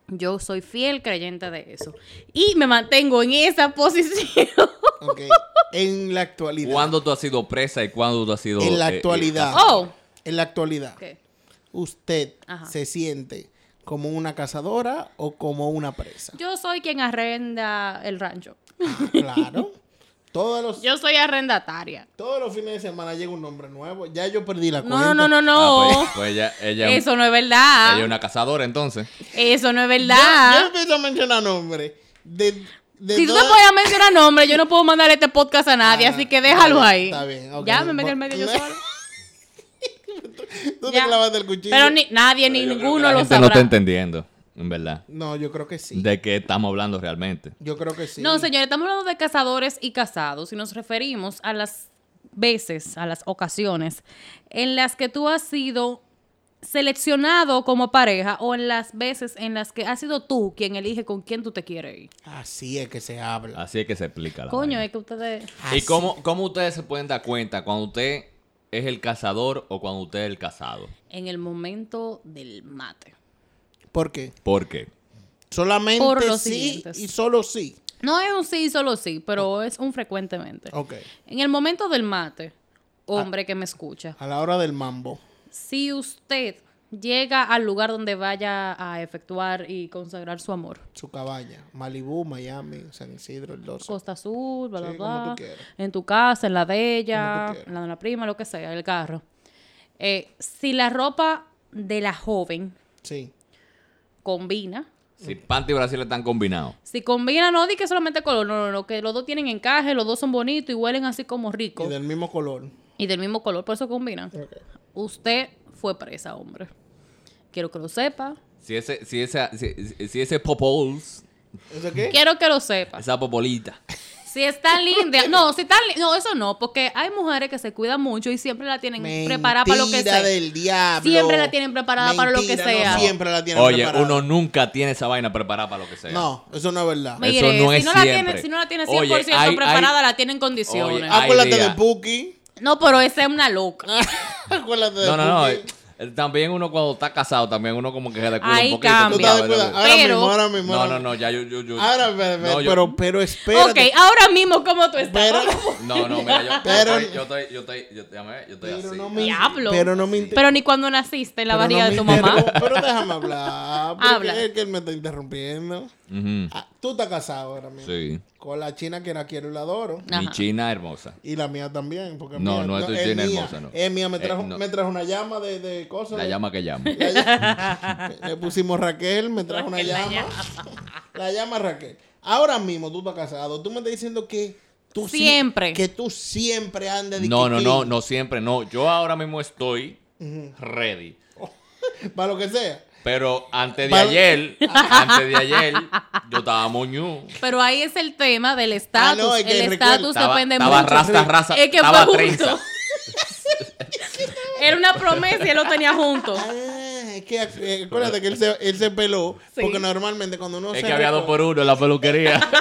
Speaker 3: Yo soy fiel creyente de eso. Y me mantengo en esa (laughs) posición.
Speaker 1: Ok. En la actualidad.
Speaker 2: ¿Cuándo tú has sido presa y cuándo tú has sido
Speaker 1: En la
Speaker 2: eh, eh,
Speaker 1: actualidad.
Speaker 3: Oh,
Speaker 1: En la actualidad.
Speaker 3: ok.
Speaker 1: ¿Usted
Speaker 3: Ajá.
Speaker 1: se siente como una cazadora o como una
Speaker 3: (laughs)
Speaker 1: presa?
Speaker 3: Yo soy quien arrenda el rancho.
Speaker 1: Claro. Todos los,
Speaker 3: Yo soy arrendataria.
Speaker 1: todos los fines de semana llega un nombre nuevo. Ya yo perdí la
Speaker 3: No,
Speaker 1: cuenta.
Speaker 3: no, no, no,
Speaker 2: Ah,
Speaker 3: no.
Speaker 2: pues, pues ella, ella, es un-
Speaker 3: Eso no es
Speaker 2: ella es
Speaker 3: verdad.
Speaker 2: una cazadora entonces.
Speaker 3: Eso no es
Speaker 1: Yo, yo
Speaker 3: verdad.
Speaker 1: empiezo a mencionar nombres. De, de
Speaker 3: Si tú
Speaker 1: todas-
Speaker 3: te puedes mencionar nombre, yo no puedo mandar este podcast a nadie,
Speaker 1: Ah,
Speaker 3: así que déjalo
Speaker 1: está
Speaker 3: ahí.
Speaker 1: bien, está bien, ok.
Speaker 3: Ya me metí al medio yo
Speaker 1: No.
Speaker 3: sola.
Speaker 1: (laughs) Tú
Speaker 3: Ya.
Speaker 1: te clavaste el cuchillo.
Speaker 3: Pero ni, nadie, ni ninguno
Speaker 2: La
Speaker 3: lo
Speaker 2: gente no
Speaker 3: sabrá.
Speaker 2: está entendiendo, en verdad.
Speaker 1: No, yo creo que sí.
Speaker 2: ¿De qué estamos hablando realmente?
Speaker 1: Yo creo que sí.
Speaker 3: No, señores, estamos hablando de cazadores y casados y nos referimos a las veces, a las ocasiones en las que tú has sido seleccionado como pareja o en las veces en las que has sido tú quien elige con quién tú te quieres ir.
Speaker 1: Así es que se habla.
Speaker 2: Así es que se explica la
Speaker 3: Coño,
Speaker 2: vaina.
Speaker 3: es que ustedes...
Speaker 2: ¿Y cómo, cómo ustedes se pueden dar cuenta cuando usted es el cazador o cuando usted es el cazado?
Speaker 3: En el momento del mate.
Speaker 1: ¿Por qué?
Speaker 2: ¿Por qué?
Speaker 1: Solamente
Speaker 3: Por los
Speaker 1: sí
Speaker 3: siguientes.
Speaker 1: y solo sí.
Speaker 3: No es un sí, solo sí, pero es un frecuentemente.
Speaker 1: Ok.
Speaker 3: En el momento del mate,
Speaker 1: Ah.
Speaker 3: hombre que me escucha,
Speaker 1: A la hora del mambo.
Speaker 3: si usted llega al lugar donde vaya a efectuar y consagrar su amor,
Speaker 1: Su cabaña. Malibú, Miami, San Isidro, el 12.
Speaker 3: Costa Azul, bla,
Speaker 1: Sí,
Speaker 3: bla,
Speaker 1: como tú
Speaker 3: bla,
Speaker 1: quieras.
Speaker 3: en tu casa, en la de
Speaker 1: Como tú
Speaker 3: ella,
Speaker 1: quieras.
Speaker 3: en la de la prima, lo que sea, el carro. Eh, si la ropa de la joven
Speaker 1: Sí.
Speaker 3: combina,
Speaker 2: Si Panty y Brasil están combinados.
Speaker 3: si combina, no di que solamente color, no, no, no, que los dos tienen encaje, los dos son bonitos y huelen así como
Speaker 1: Y
Speaker 3: ricos
Speaker 1: del mismo color.
Speaker 3: y del mismo color, por eso combinan. Usted fue presa, hombre. Quiero que lo sepa.
Speaker 2: Si ese, si esa, si, si- si ese popols,
Speaker 1: ¿Eso qué?
Speaker 3: Quiero que lo sepa.
Speaker 2: esa popolita.
Speaker 3: Si está
Speaker 1: (laughs)
Speaker 3: linda. No, si está linda. No, eso no, porque hay mujeres que se cuidan mucho y siempre la tienen preparada para lo que
Speaker 1: Mentira
Speaker 3: sea.
Speaker 1: del diablo.
Speaker 3: Siempre la tienen preparada para lo que
Speaker 1: Mentira,
Speaker 3: sea.
Speaker 1: No, siempre la tienen
Speaker 2: Oye,
Speaker 1: preparada.
Speaker 2: uno nunca tiene esa vaina preparada para lo que sea.
Speaker 1: No, eso no es verdad.
Speaker 2: Me-
Speaker 3: Mire,
Speaker 2: Eso no
Speaker 3: si,
Speaker 2: es
Speaker 3: no la tiene,
Speaker 2: siempre.
Speaker 3: si no la tiene 100%
Speaker 2: Oye, hay-
Speaker 3: preparada,
Speaker 2: hay-
Speaker 3: la tiene en condiciones.
Speaker 2: Oye,
Speaker 1: Acuérdate
Speaker 2: idea.
Speaker 1: de Puki. (laughs)
Speaker 3: no, pero esa es una loca.
Speaker 1: Ah,
Speaker 3: (laughs)
Speaker 1: Acuérdate de
Speaker 2: No, no, no.
Speaker 1: Puki.
Speaker 2: eh, También uno cuando está casado, también uno como que se descuida
Speaker 3: Ahí
Speaker 2: un poquito.
Speaker 3: cambia.
Speaker 1: Tú estás
Speaker 3: Mira,
Speaker 1: de acuerdo. Ahora
Speaker 3: pero-
Speaker 1: mismo, ahora mismo.
Speaker 2: No,
Speaker 1: ahora
Speaker 2: no, no, ya yo... yo, yo
Speaker 1: Ahora, espera, espera,
Speaker 2: no, yo-
Speaker 1: pero, pero espérate.
Speaker 3: ok, ah, pues, ahora mismo, ¿cómo tú estás?
Speaker 1: Pero, (laughs)
Speaker 2: No, no, mira, yo,
Speaker 1: Pero-
Speaker 2: yo estoy, yo estoy, yo estoy, yo, déjame ver, yo estoy
Speaker 1: pero
Speaker 2: así.
Speaker 1: no me,
Speaker 2: así.
Speaker 3: (laughs) Diablo.
Speaker 1: Pero no me inter-
Speaker 3: Pero ni cuando naciste en la
Speaker 1: pero no me
Speaker 3: barriga de tu
Speaker 1: interrumpo,
Speaker 3: mamá.
Speaker 1: Pero déjame hablar. Porque
Speaker 3: Habla.
Speaker 1: Es que él me está interrumpiendo.
Speaker 2: Ujú,
Speaker 1: Ah, tú estás casado ahora mismo.
Speaker 2: Mm. Sí.
Speaker 1: Con la china que la quiero y la adoro.
Speaker 2: Mi
Speaker 3: Ajá.
Speaker 2: china hermosa.
Speaker 1: Y la mía también. Porque
Speaker 2: No,
Speaker 1: mía-
Speaker 2: no es tu china
Speaker 1: mía.
Speaker 2: hermosa, no.
Speaker 1: Es mía, me
Speaker 2: Eh,
Speaker 1: trajo,
Speaker 2: no.
Speaker 1: me trajo una llama de, de cosas. (laughs)
Speaker 2: La
Speaker 1: de-
Speaker 2: llama que llama.
Speaker 3: (laughs)
Speaker 1: La- Le pusimos Raquel, me trajo una llama. (laughs) La llama Raquel. Ahora mismo tú estás casado. Tú me estás diciendo que tú sí-
Speaker 3: Siempre.
Speaker 1: que tú siempre andes de
Speaker 2: No, no,
Speaker 1: quiquín.
Speaker 2: no, no siempre, no. Yo ahora mismo estoy ready.
Speaker 1: Para lo que sea.
Speaker 2: Pero antes de
Speaker 1: Vale. (laughs)
Speaker 2: ayer, antes de añer, yo estaba moñú.
Speaker 3: Pero ahí es el tema del estatus.
Speaker 1: Ah, no, es que
Speaker 3: el
Speaker 1: recuerda-
Speaker 3: estatus
Speaker 2: Estaba,
Speaker 3: depende
Speaker 2: estaba
Speaker 3: mucho.
Speaker 2: rasta, raza,
Speaker 3: Es que
Speaker 2: estaba
Speaker 3: fue
Speaker 2: trenza.
Speaker 3: justo. Era una promesa y él lo tenía
Speaker 1: (laughs)
Speaker 3: junto.
Speaker 1: Ah, es que eh, acuérdate que él se, él se peló.
Speaker 3: Sí.
Speaker 1: Porque normalmente cuando uno
Speaker 2: Es
Speaker 1: se
Speaker 2: que había dos
Speaker 1: recorta-
Speaker 2: por uno en la peluquería.
Speaker 3: (laughs)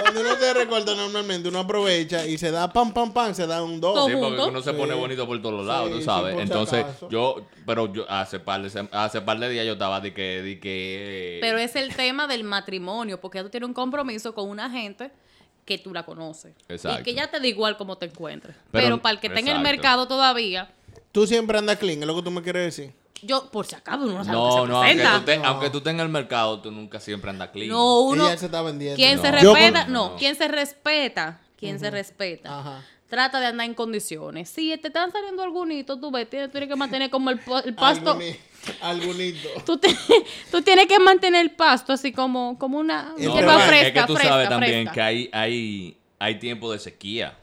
Speaker 1: Cuando uno se recorta normalmente uno aprovecha y se da pam pam pam, se da un dos.
Speaker 2: Sí, porque
Speaker 3: juntos.
Speaker 2: uno se pone bonito por todos lados,
Speaker 1: Sí,
Speaker 2: tú
Speaker 1: sí,
Speaker 2: sabes.
Speaker 1: por si
Speaker 2: Entonces,
Speaker 1: acaso.
Speaker 2: yo, pero yo hace par de, sem- hace par de días yo estaba de que, de que.
Speaker 3: Pero es el tema del matrimonio, porque ya tú tienes un compromiso con una gente que tú la conoces.
Speaker 2: Exacto.
Speaker 3: Y que ya te da igual cómo te encuentres.
Speaker 2: Pero-
Speaker 3: Pero, para el que está en el
Speaker 2: exacto.
Speaker 3: mercado todavía,
Speaker 1: Tú siempre andas clean, es lo que tú me quieres decir.
Speaker 3: yo, por si acaso, uno no sabe
Speaker 2: No,
Speaker 3: lo que se
Speaker 2: no, aunque
Speaker 3: presenta.
Speaker 2: tú, te- aunque tú estés en el mercado, tú nunca siempre andas clean.
Speaker 3: No, uno.
Speaker 1: Ella se está vendiendo.
Speaker 3: Quien se
Speaker 1: Yo con-
Speaker 3: respeta, no, quien se respeta, quien se respeta.
Speaker 1: Ajá.
Speaker 3: Trata de andar en condiciones. Si te están saliendo algunitos, tú ves, tienes, tienes que mantener como el, pa- el pasto.
Speaker 1: Alguni- Algunito.
Speaker 3: Tú, te- (laughs) tú tienes que mantener el pasto así como, como una
Speaker 1: No,
Speaker 3: hierba
Speaker 1: pero es
Speaker 3: fresca.
Speaker 2: es que tú
Speaker 3: fresca,
Speaker 2: sabes también
Speaker 3: fresca.
Speaker 2: que hay, hay, hay tiempo de sequía.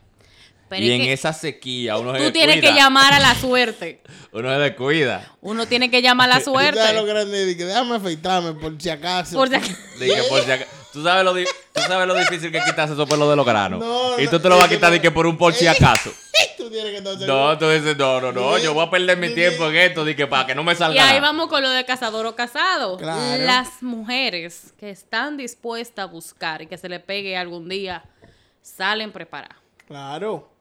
Speaker 3: Pero
Speaker 2: y
Speaker 3: es
Speaker 2: en
Speaker 3: que
Speaker 2: esa sequía uno se
Speaker 3: tú tienes que
Speaker 2: descuida.
Speaker 3: llamar a la suerte.
Speaker 2: Uno se descuida.
Speaker 3: Uno tiene que
Speaker 2: (laughs)
Speaker 3: llamar a la
Speaker 1: Tú sabes lo
Speaker 3: suerte.
Speaker 1: grande de que déjame afeitarme por si acaso.
Speaker 3: Por si acaso.
Speaker 2: De que por si aca- ¿Tú, sabes lo di- tú sabes lo difícil que quitas esos pelos de los granos.
Speaker 1: No,
Speaker 2: y tú
Speaker 1: no,
Speaker 2: te lo vas a
Speaker 1: eso
Speaker 2: quitar
Speaker 1: no.
Speaker 2: de que por un por
Speaker 1: (laughs)
Speaker 2: si acaso.
Speaker 1: (laughs) Tú tienes que estar
Speaker 2: No,
Speaker 1: seguro.
Speaker 2: tú dices, no, no, no,
Speaker 1: Dime,
Speaker 2: yo voy a perder mi
Speaker 1: dime.
Speaker 2: tiempo en esto, de que para que no me salga.
Speaker 3: Y ahí
Speaker 2: nada.
Speaker 3: vamos con lo de cazador o casado.
Speaker 1: Claro.
Speaker 3: Las mujeres que están dispuestas a buscar y que se le pegue algún día, salen preparadas.
Speaker 1: Claro,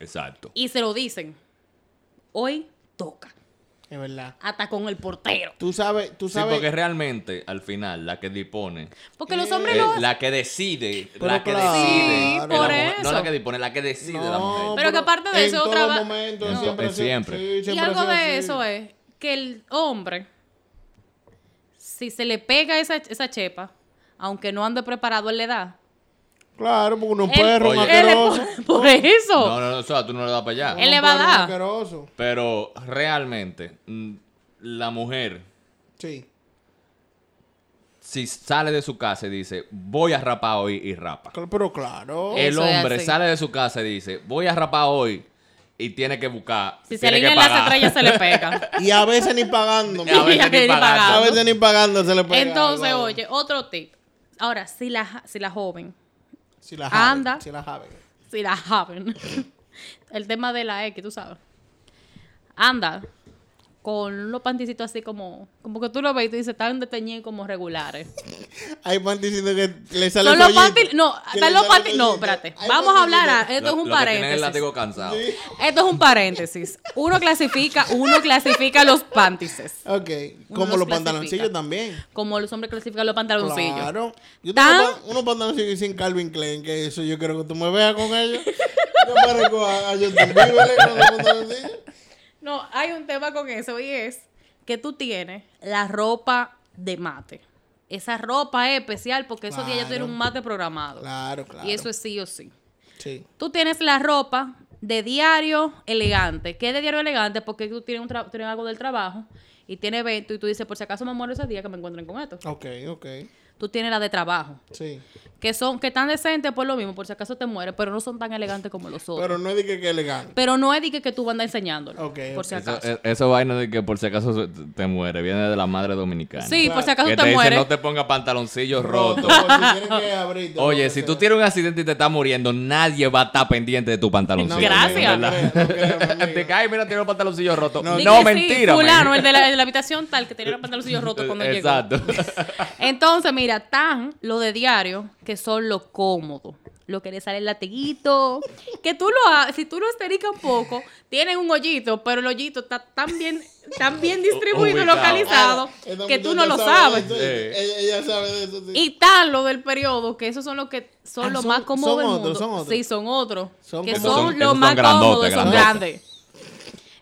Speaker 2: Exacto.
Speaker 3: Y se lo dicen. Hoy toca.
Speaker 1: es verdad.
Speaker 3: Hasta con el portero.
Speaker 1: Tú sabes, tú
Speaker 2: Sí,
Speaker 1: sabes.
Speaker 2: porque realmente, al final, la que dispone,
Speaker 3: Porque los hombres
Speaker 2: eh,
Speaker 3: lo hacen.
Speaker 2: la que decide,
Speaker 1: Pero
Speaker 2: la que
Speaker 1: claro.
Speaker 2: decide,
Speaker 1: Sí,
Speaker 2: es la
Speaker 1: por
Speaker 2: mujer, no
Speaker 3: eso.
Speaker 2: la que dispone, la que decide la mujer.
Speaker 3: Pero que aparte de
Speaker 1: en
Speaker 3: eso,
Speaker 1: todo
Speaker 3: otra va-
Speaker 1: momento,
Speaker 2: No.
Speaker 1: siempre,
Speaker 2: Es siempre.
Speaker 1: sí,
Speaker 3: Y
Speaker 1: siempre ha
Speaker 3: algo
Speaker 1: sido
Speaker 3: de
Speaker 1: así.
Speaker 3: eso es que el hombre, si se le pega esa, esa chepa, aunque no ande preparado, él le da.
Speaker 1: Claro, porque uno es un
Speaker 3: Él-
Speaker 1: perro, un
Speaker 3: él le-
Speaker 1: asqueroso.
Speaker 3: por, por eso.
Speaker 2: No, no, no, o sea, tú no le das para allá.
Speaker 3: Él
Speaker 1: Un
Speaker 3: le va a
Speaker 1: perro, un
Speaker 3: dar.
Speaker 1: asqueroso.
Speaker 2: Pero realmente, mm, la mujer,
Speaker 1: Sí.
Speaker 2: si sale de su casa y dice, voy a rapar hoy y rapa.
Speaker 1: Cl- Pero claro.
Speaker 2: El
Speaker 3: Eso es
Speaker 2: hombre
Speaker 3: así.
Speaker 2: sale de su casa y dice, voy a rapar hoy y tiene que buscar.
Speaker 3: si se
Speaker 2: tiene que
Speaker 3: alinean las
Speaker 2: pagar. (laughs)
Speaker 3: estrellas, se le pega.
Speaker 1: Y a veces ni pagando.
Speaker 2: Y a
Speaker 1: mira.
Speaker 3: (laughs)
Speaker 2: veces ni
Speaker 3: Ni
Speaker 2: pagando.
Speaker 1: A
Speaker 3: pagando.
Speaker 1: veces ni pagando se le pega.
Speaker 3: Entonces,
Speaker 1: algo.
Speaker 3: oye, otro tip. Ahora, si la, ja- si la joven,
Speaker 1: Si la jaben,
Speaker 3: anda.
Speaker 1: Si la jaben.
Speaker 3: si la joven, (laughs) el tema de la X, tú sabes, anda con los panticitos así como, como que tú lo ves y tú dices, están desteñidos como (laughs) regulares.
Speaker 1: Hay pantis diciendo que le sale
Speaker 3: Son los
Speaker 1: pollito,
Speaker 3: pantis- no,
Speaker 1: que
Speaker 3: están
Speaker 1: le
Speaker 3: los
Speaker 1: sale
Speaker 3: pantis- no,
Speaker 1: pollito.
Speaker 3: espérate.
Speaker 1: Hay
Speaker 3: Vamos a hablar,
Speaker 1: pantis-
Speaker 3: a- esto es
Speaker 2: Lo-
Speaker 3: un
Speaker 2: lo que tienen es el
Speaker 3: paréntesis.
Speaker 2: látigo cansado.
Speaker 3: Esto es un paréntesis. Uno clasifica, uno clasifica (laughs) los pántices.
Speaker 1: Ok. Como
Speaker 3: Uno los
Speaker 1: los
Speaker 3: clasifica.
Speaker 1: pantaloncillos también.
Speaker 3: Como los hombres clasifican los pantaloncillos.
Speaker 1: Claro. Yo tengo
Speaker 3: Tan-
Speaker 1: pa- unos pantaloncillos sin Calvin Klein, que eso yo quiero que tú me veas con
Speaker 3: (laughs)
Speaker 1: ellos. Yo parezco a, a Justin Bieber con los pantaloncillos.
Speaker 3: No, hay un tema con eso y es que tú tienes la ropa de mate. Esa ropa es especial porque esos días ya
Speaker 1: Claro.
Speaker 3: tienes un mate programado.
Speaker 1: Claro, claro.
Speaker 3: Y eso es sí o sí.
Speaker 1: Sí.
Speaker 3: Tú tienes la ropa de diario elegante. ¿Qué es de diario elegante? Porque tú tienes, un tra- tienes algo del trabajo y tienes evento y tú dices, por si acaso me muero ese día que me encuentren con esto.
Speaker 1: Ok, ok.
Speaker 3: Tú tienes la de trabajo.
Speaker 1: Sí.
Speaker 3: que son que tan decentes por lo mismo, por si acaso te mueres, pero no son tan elegantes como los otros.
Speaker 1: Pero
Speaker 3: Pero,
Speaker 1: no es de que, le gane.
Speaker 3: no es de que, que tú andas enseñándolo,
Speaker 1: Ok, ok.
Speaker 3: por si
Speaker 2: Eso,
Speaker 3: acaso.
Speaker 2: e- eso vaina de que por si acaso se- te muere, viene de la madre dominicana.
Speaker 3: sí, por si acaso
Speaker 2: que
Speaker 3: te,
Speaker 2: te, dice
Speaker 3: mueres.
Speaker 2: no te ponga
Speaker 1: (laughs)
Speaker 2: pantaloncillos
Speaker 1: Roto.
Speaker 2: rotos.
Speaker 1: por si tienen que abrirte,
Speaker 2: Oye,
Speaker 1: lo que
Speaker 2: si
Speaker 1: sea.
Speaker 2: tú tienes un accidente y te estás muriendo, nadie va a estar pendiente de tu
Speaker 1: No,
Speaker 2: pantaloncillo.
Speaker 1: no,
Speaker 3: Gracias.
Speaker 1: no creo, no
Speaker 2: (laughs)
Speaker 1: creo, no creo.
Speaker 3: (laughs)
Speaker 2: Te caes, mira, tiene los pantaloncillos rotos. No,
Speaker 3: Di que sí,
Speaker 2: mentira. men.
Speaker 3: fulano, el de, la, el de la habitación tal, que tenía
Speaker 2: (laughs)
Speaker 3: los pantaloncillos rotos cuando él llegó. (laughs)
Speaker 2: Exacto.
Speaker 3: Entonces, mira, tan lo de diario, que son lo cómodo. Lo que le sale el latiguito. Que tú lo ha- si tú lo estericas un poco, tienen un hoyito, pero el hoyito está tan bien,
Speaker 2: (laughs)
Speaker 3: tan bien distribuido,
Speaker 2: ubicado.
Speaker 3: localizado,
Speaker 1: Esta
Speaker 3: que tú no
Speaker 1: muchacha
Speaker 3: lo
Speaker 1: sabe
Speaker 3: sabes.
Speaker 1: de eso, Ella, ella sabe de eso. sí.
Speaker 3: Y tan lo del periodo, que esos son los que son
Speaker 1: Ah,
Speaker 3: los
Speaker 1: son-
Speaker 3: más cómodos
Speaker 1: son
Speaker 3: del
Speaker 1: otros,
Speaker 3: mundo.
Speaker 1: son otros.
Speaker 3: Sí, son otros.
Speaker 1: Son
Speaker 3: que
Speaker 1: como-
Speaker 3: son,
Speaker 2: Esos son-
Speaker 3: los
Speaker 2: esos
Speaker 3: más
Speaker 2: son grandotes,
Speaker 3: cómodos, son
Speaker 2: grandotes.
Speaker 3: grandes.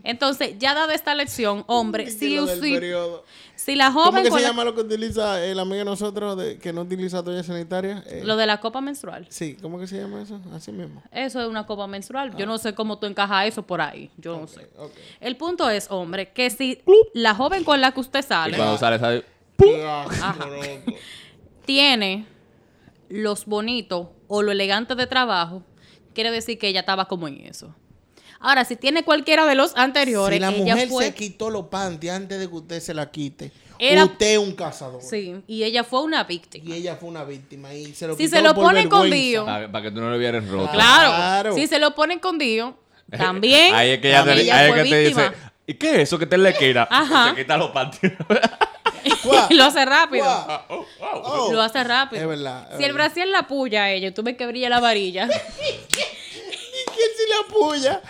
Speaker 3: Entonces, ya dada esta lección, hombre,
Speaker 1: Que
Speaker 3: si,
Speaker 1: lo del
Speaker 3: si,
Speaker 1: periodo.
Speaker 3: si la
Speaker 1: ¿Cómo
Speaker 3: joven
Speaker 1: que se
Speaker 3: con la-
Speaker 1: llama lo que utiliza el amigo de nosotros de- que no utiliza toalla sanitaria? Eh,
Speaker 3: lo de la copa menstrual.
Speaker 1: Sí, ¿cómo que se llama eso? Así mismo.
Speaker 3: Eso es una copa menstrual. Yo
Speaker 1: Ah.
Speaker 3: no sé cómo tú encajas eso por ahí. Yo no sé. El punto es, hombre, que si la joven con la que usted
Speaker 2: y
Speaker 3: sale
Speaker 2: cuando sale, sale.
Speaker 1: Qué asco, loco.
Speaker 3: tiene los bonitos o lo elegante de trabajo, quiere decir que ella estaba como en eso. Ahora, si tiene cualquiera de los anteriores,
Speaker 1: Si la
Speaker 3: ella
Speaker 1: mujer
Speaker 3: fue.
Speaker 1: se quitó los panties antes de que usted se la quite,
Speaker 3: Era-
Speaker 1: usted es un cazador.
Speaker 3: Sí, y ella fue una víctima.
Speaker 1: Y ella fue una víctima y se lo
Speaker 3: Si
Speaker 1: quitó
Speaker 3: se lo
Speaker 1: por
Speaker 3: pone
Speaker 1: vergüenza.
Speaker 3: escondido.
Speaker 2: Para, para que tú no lo vieras roto.
Speaker 3: Claro.
Speaker 1: Claro.
Speaker 3: Si se lo pone escondido,
Speaker 2: (laughs)
Speaker 3: También.
Speaker 2: Ahí es que ya te,
Speaker 3: también
Speaker 2: ahí es
Speaker 3: fue
Speaker 2: que te dice,
Speaker 3: víctima.
Speaker 1: (laughs)
Speaker 2: ¿y qué es eso que te le queda?
Speaker 3: Ajá.
Speaker 2: Se quita los panties.
Speaker 1: Guau,
Speaker 3: Y (laughs) lo hace rápido.
Speaker 1: guau.
Speaker 2: Ah,
Speaker 1: Oh.
Speaker 3: Lo hace rápido.
Speaker 1: Es verdad, es
Speaker 3: si el
Speaker 1: verdad.
Speaker 3: Brasil la puya a ellos, tú ves que brilla
Speaker 1: (laughs)
Speaker 3: la varilla.
Speaker 1: ¿Y quién si la puya?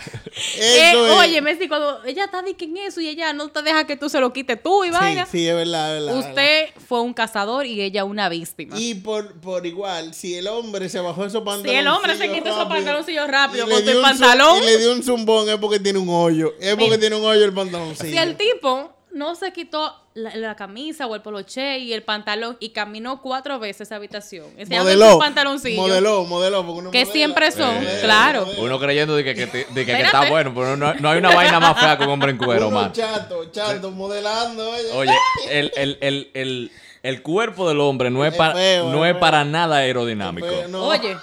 Speaker 3: Eh,
Speaker 1: Eso es.
Speaker 3: Oye, Messi, cuando ella está de que en eso y ella no te deja que tú se lo quites tú y vaya.
Speaker 1: Sí, sí, es verdad, es verdad. es verdad.
Speaker 3: Usted fue un cazador y ella una víctima.
Speaker 1: Y por, por igual, si el hombre se bajó esos pantalones.
Speaker 3: el hombre se quitó esos pantaloncillos rápido
Speaker 1: y le
Speaker 3: con
Speaker 1: dio
Speaker 3: tu
Speaker 1: un zum-
Speaker 3: pantalón.
Speaker 1: Y le dio un zumbón, es porque tiene un hoyo. Es porque
Speaker 3: Mira.
Speaker 1: tiene un hoyo el pantaloncillo.
Speaker 3: si el tipo no se quitó la, la camisa o el poloche y el pantalón y caminó cuatro veces esa habitación, enseñando
Speaker 1: modeló,
Speaker 3: sus pantaloncillos.
Speaker 1: modeló, modeló, porque uno
Speaker 3: Que
Speaker 1: modela. Eh,
Speaker 3: siempre son,
Speaker 1: Modela,
Speaker 3: claro.
Speaker 1: modela.
Speaker 2: Uno creyendo de que, que te- de que- que
Speaker 3: Espérate.
Speaker 2: está bueno, pero no, no hay una vaina más fea que un hombre en cuero,
Speaker 1: Uno
Speaker 2: man.
Speaker 1: chato, chato, modelando. Oye.
Speaker 2: Oye, el, el, el, el, el cuerpo del hombre no es,
Speaker 1: Es
Speaker 2: para,
Speaker 1: feo,
Speaker 2: no
Speaker 1: es
Speaker 2: es
Speaker 1: feo.
Speaker 2: para nada aerodinámico.
Speaker 1: Pero no.
Speaker 3: Oye,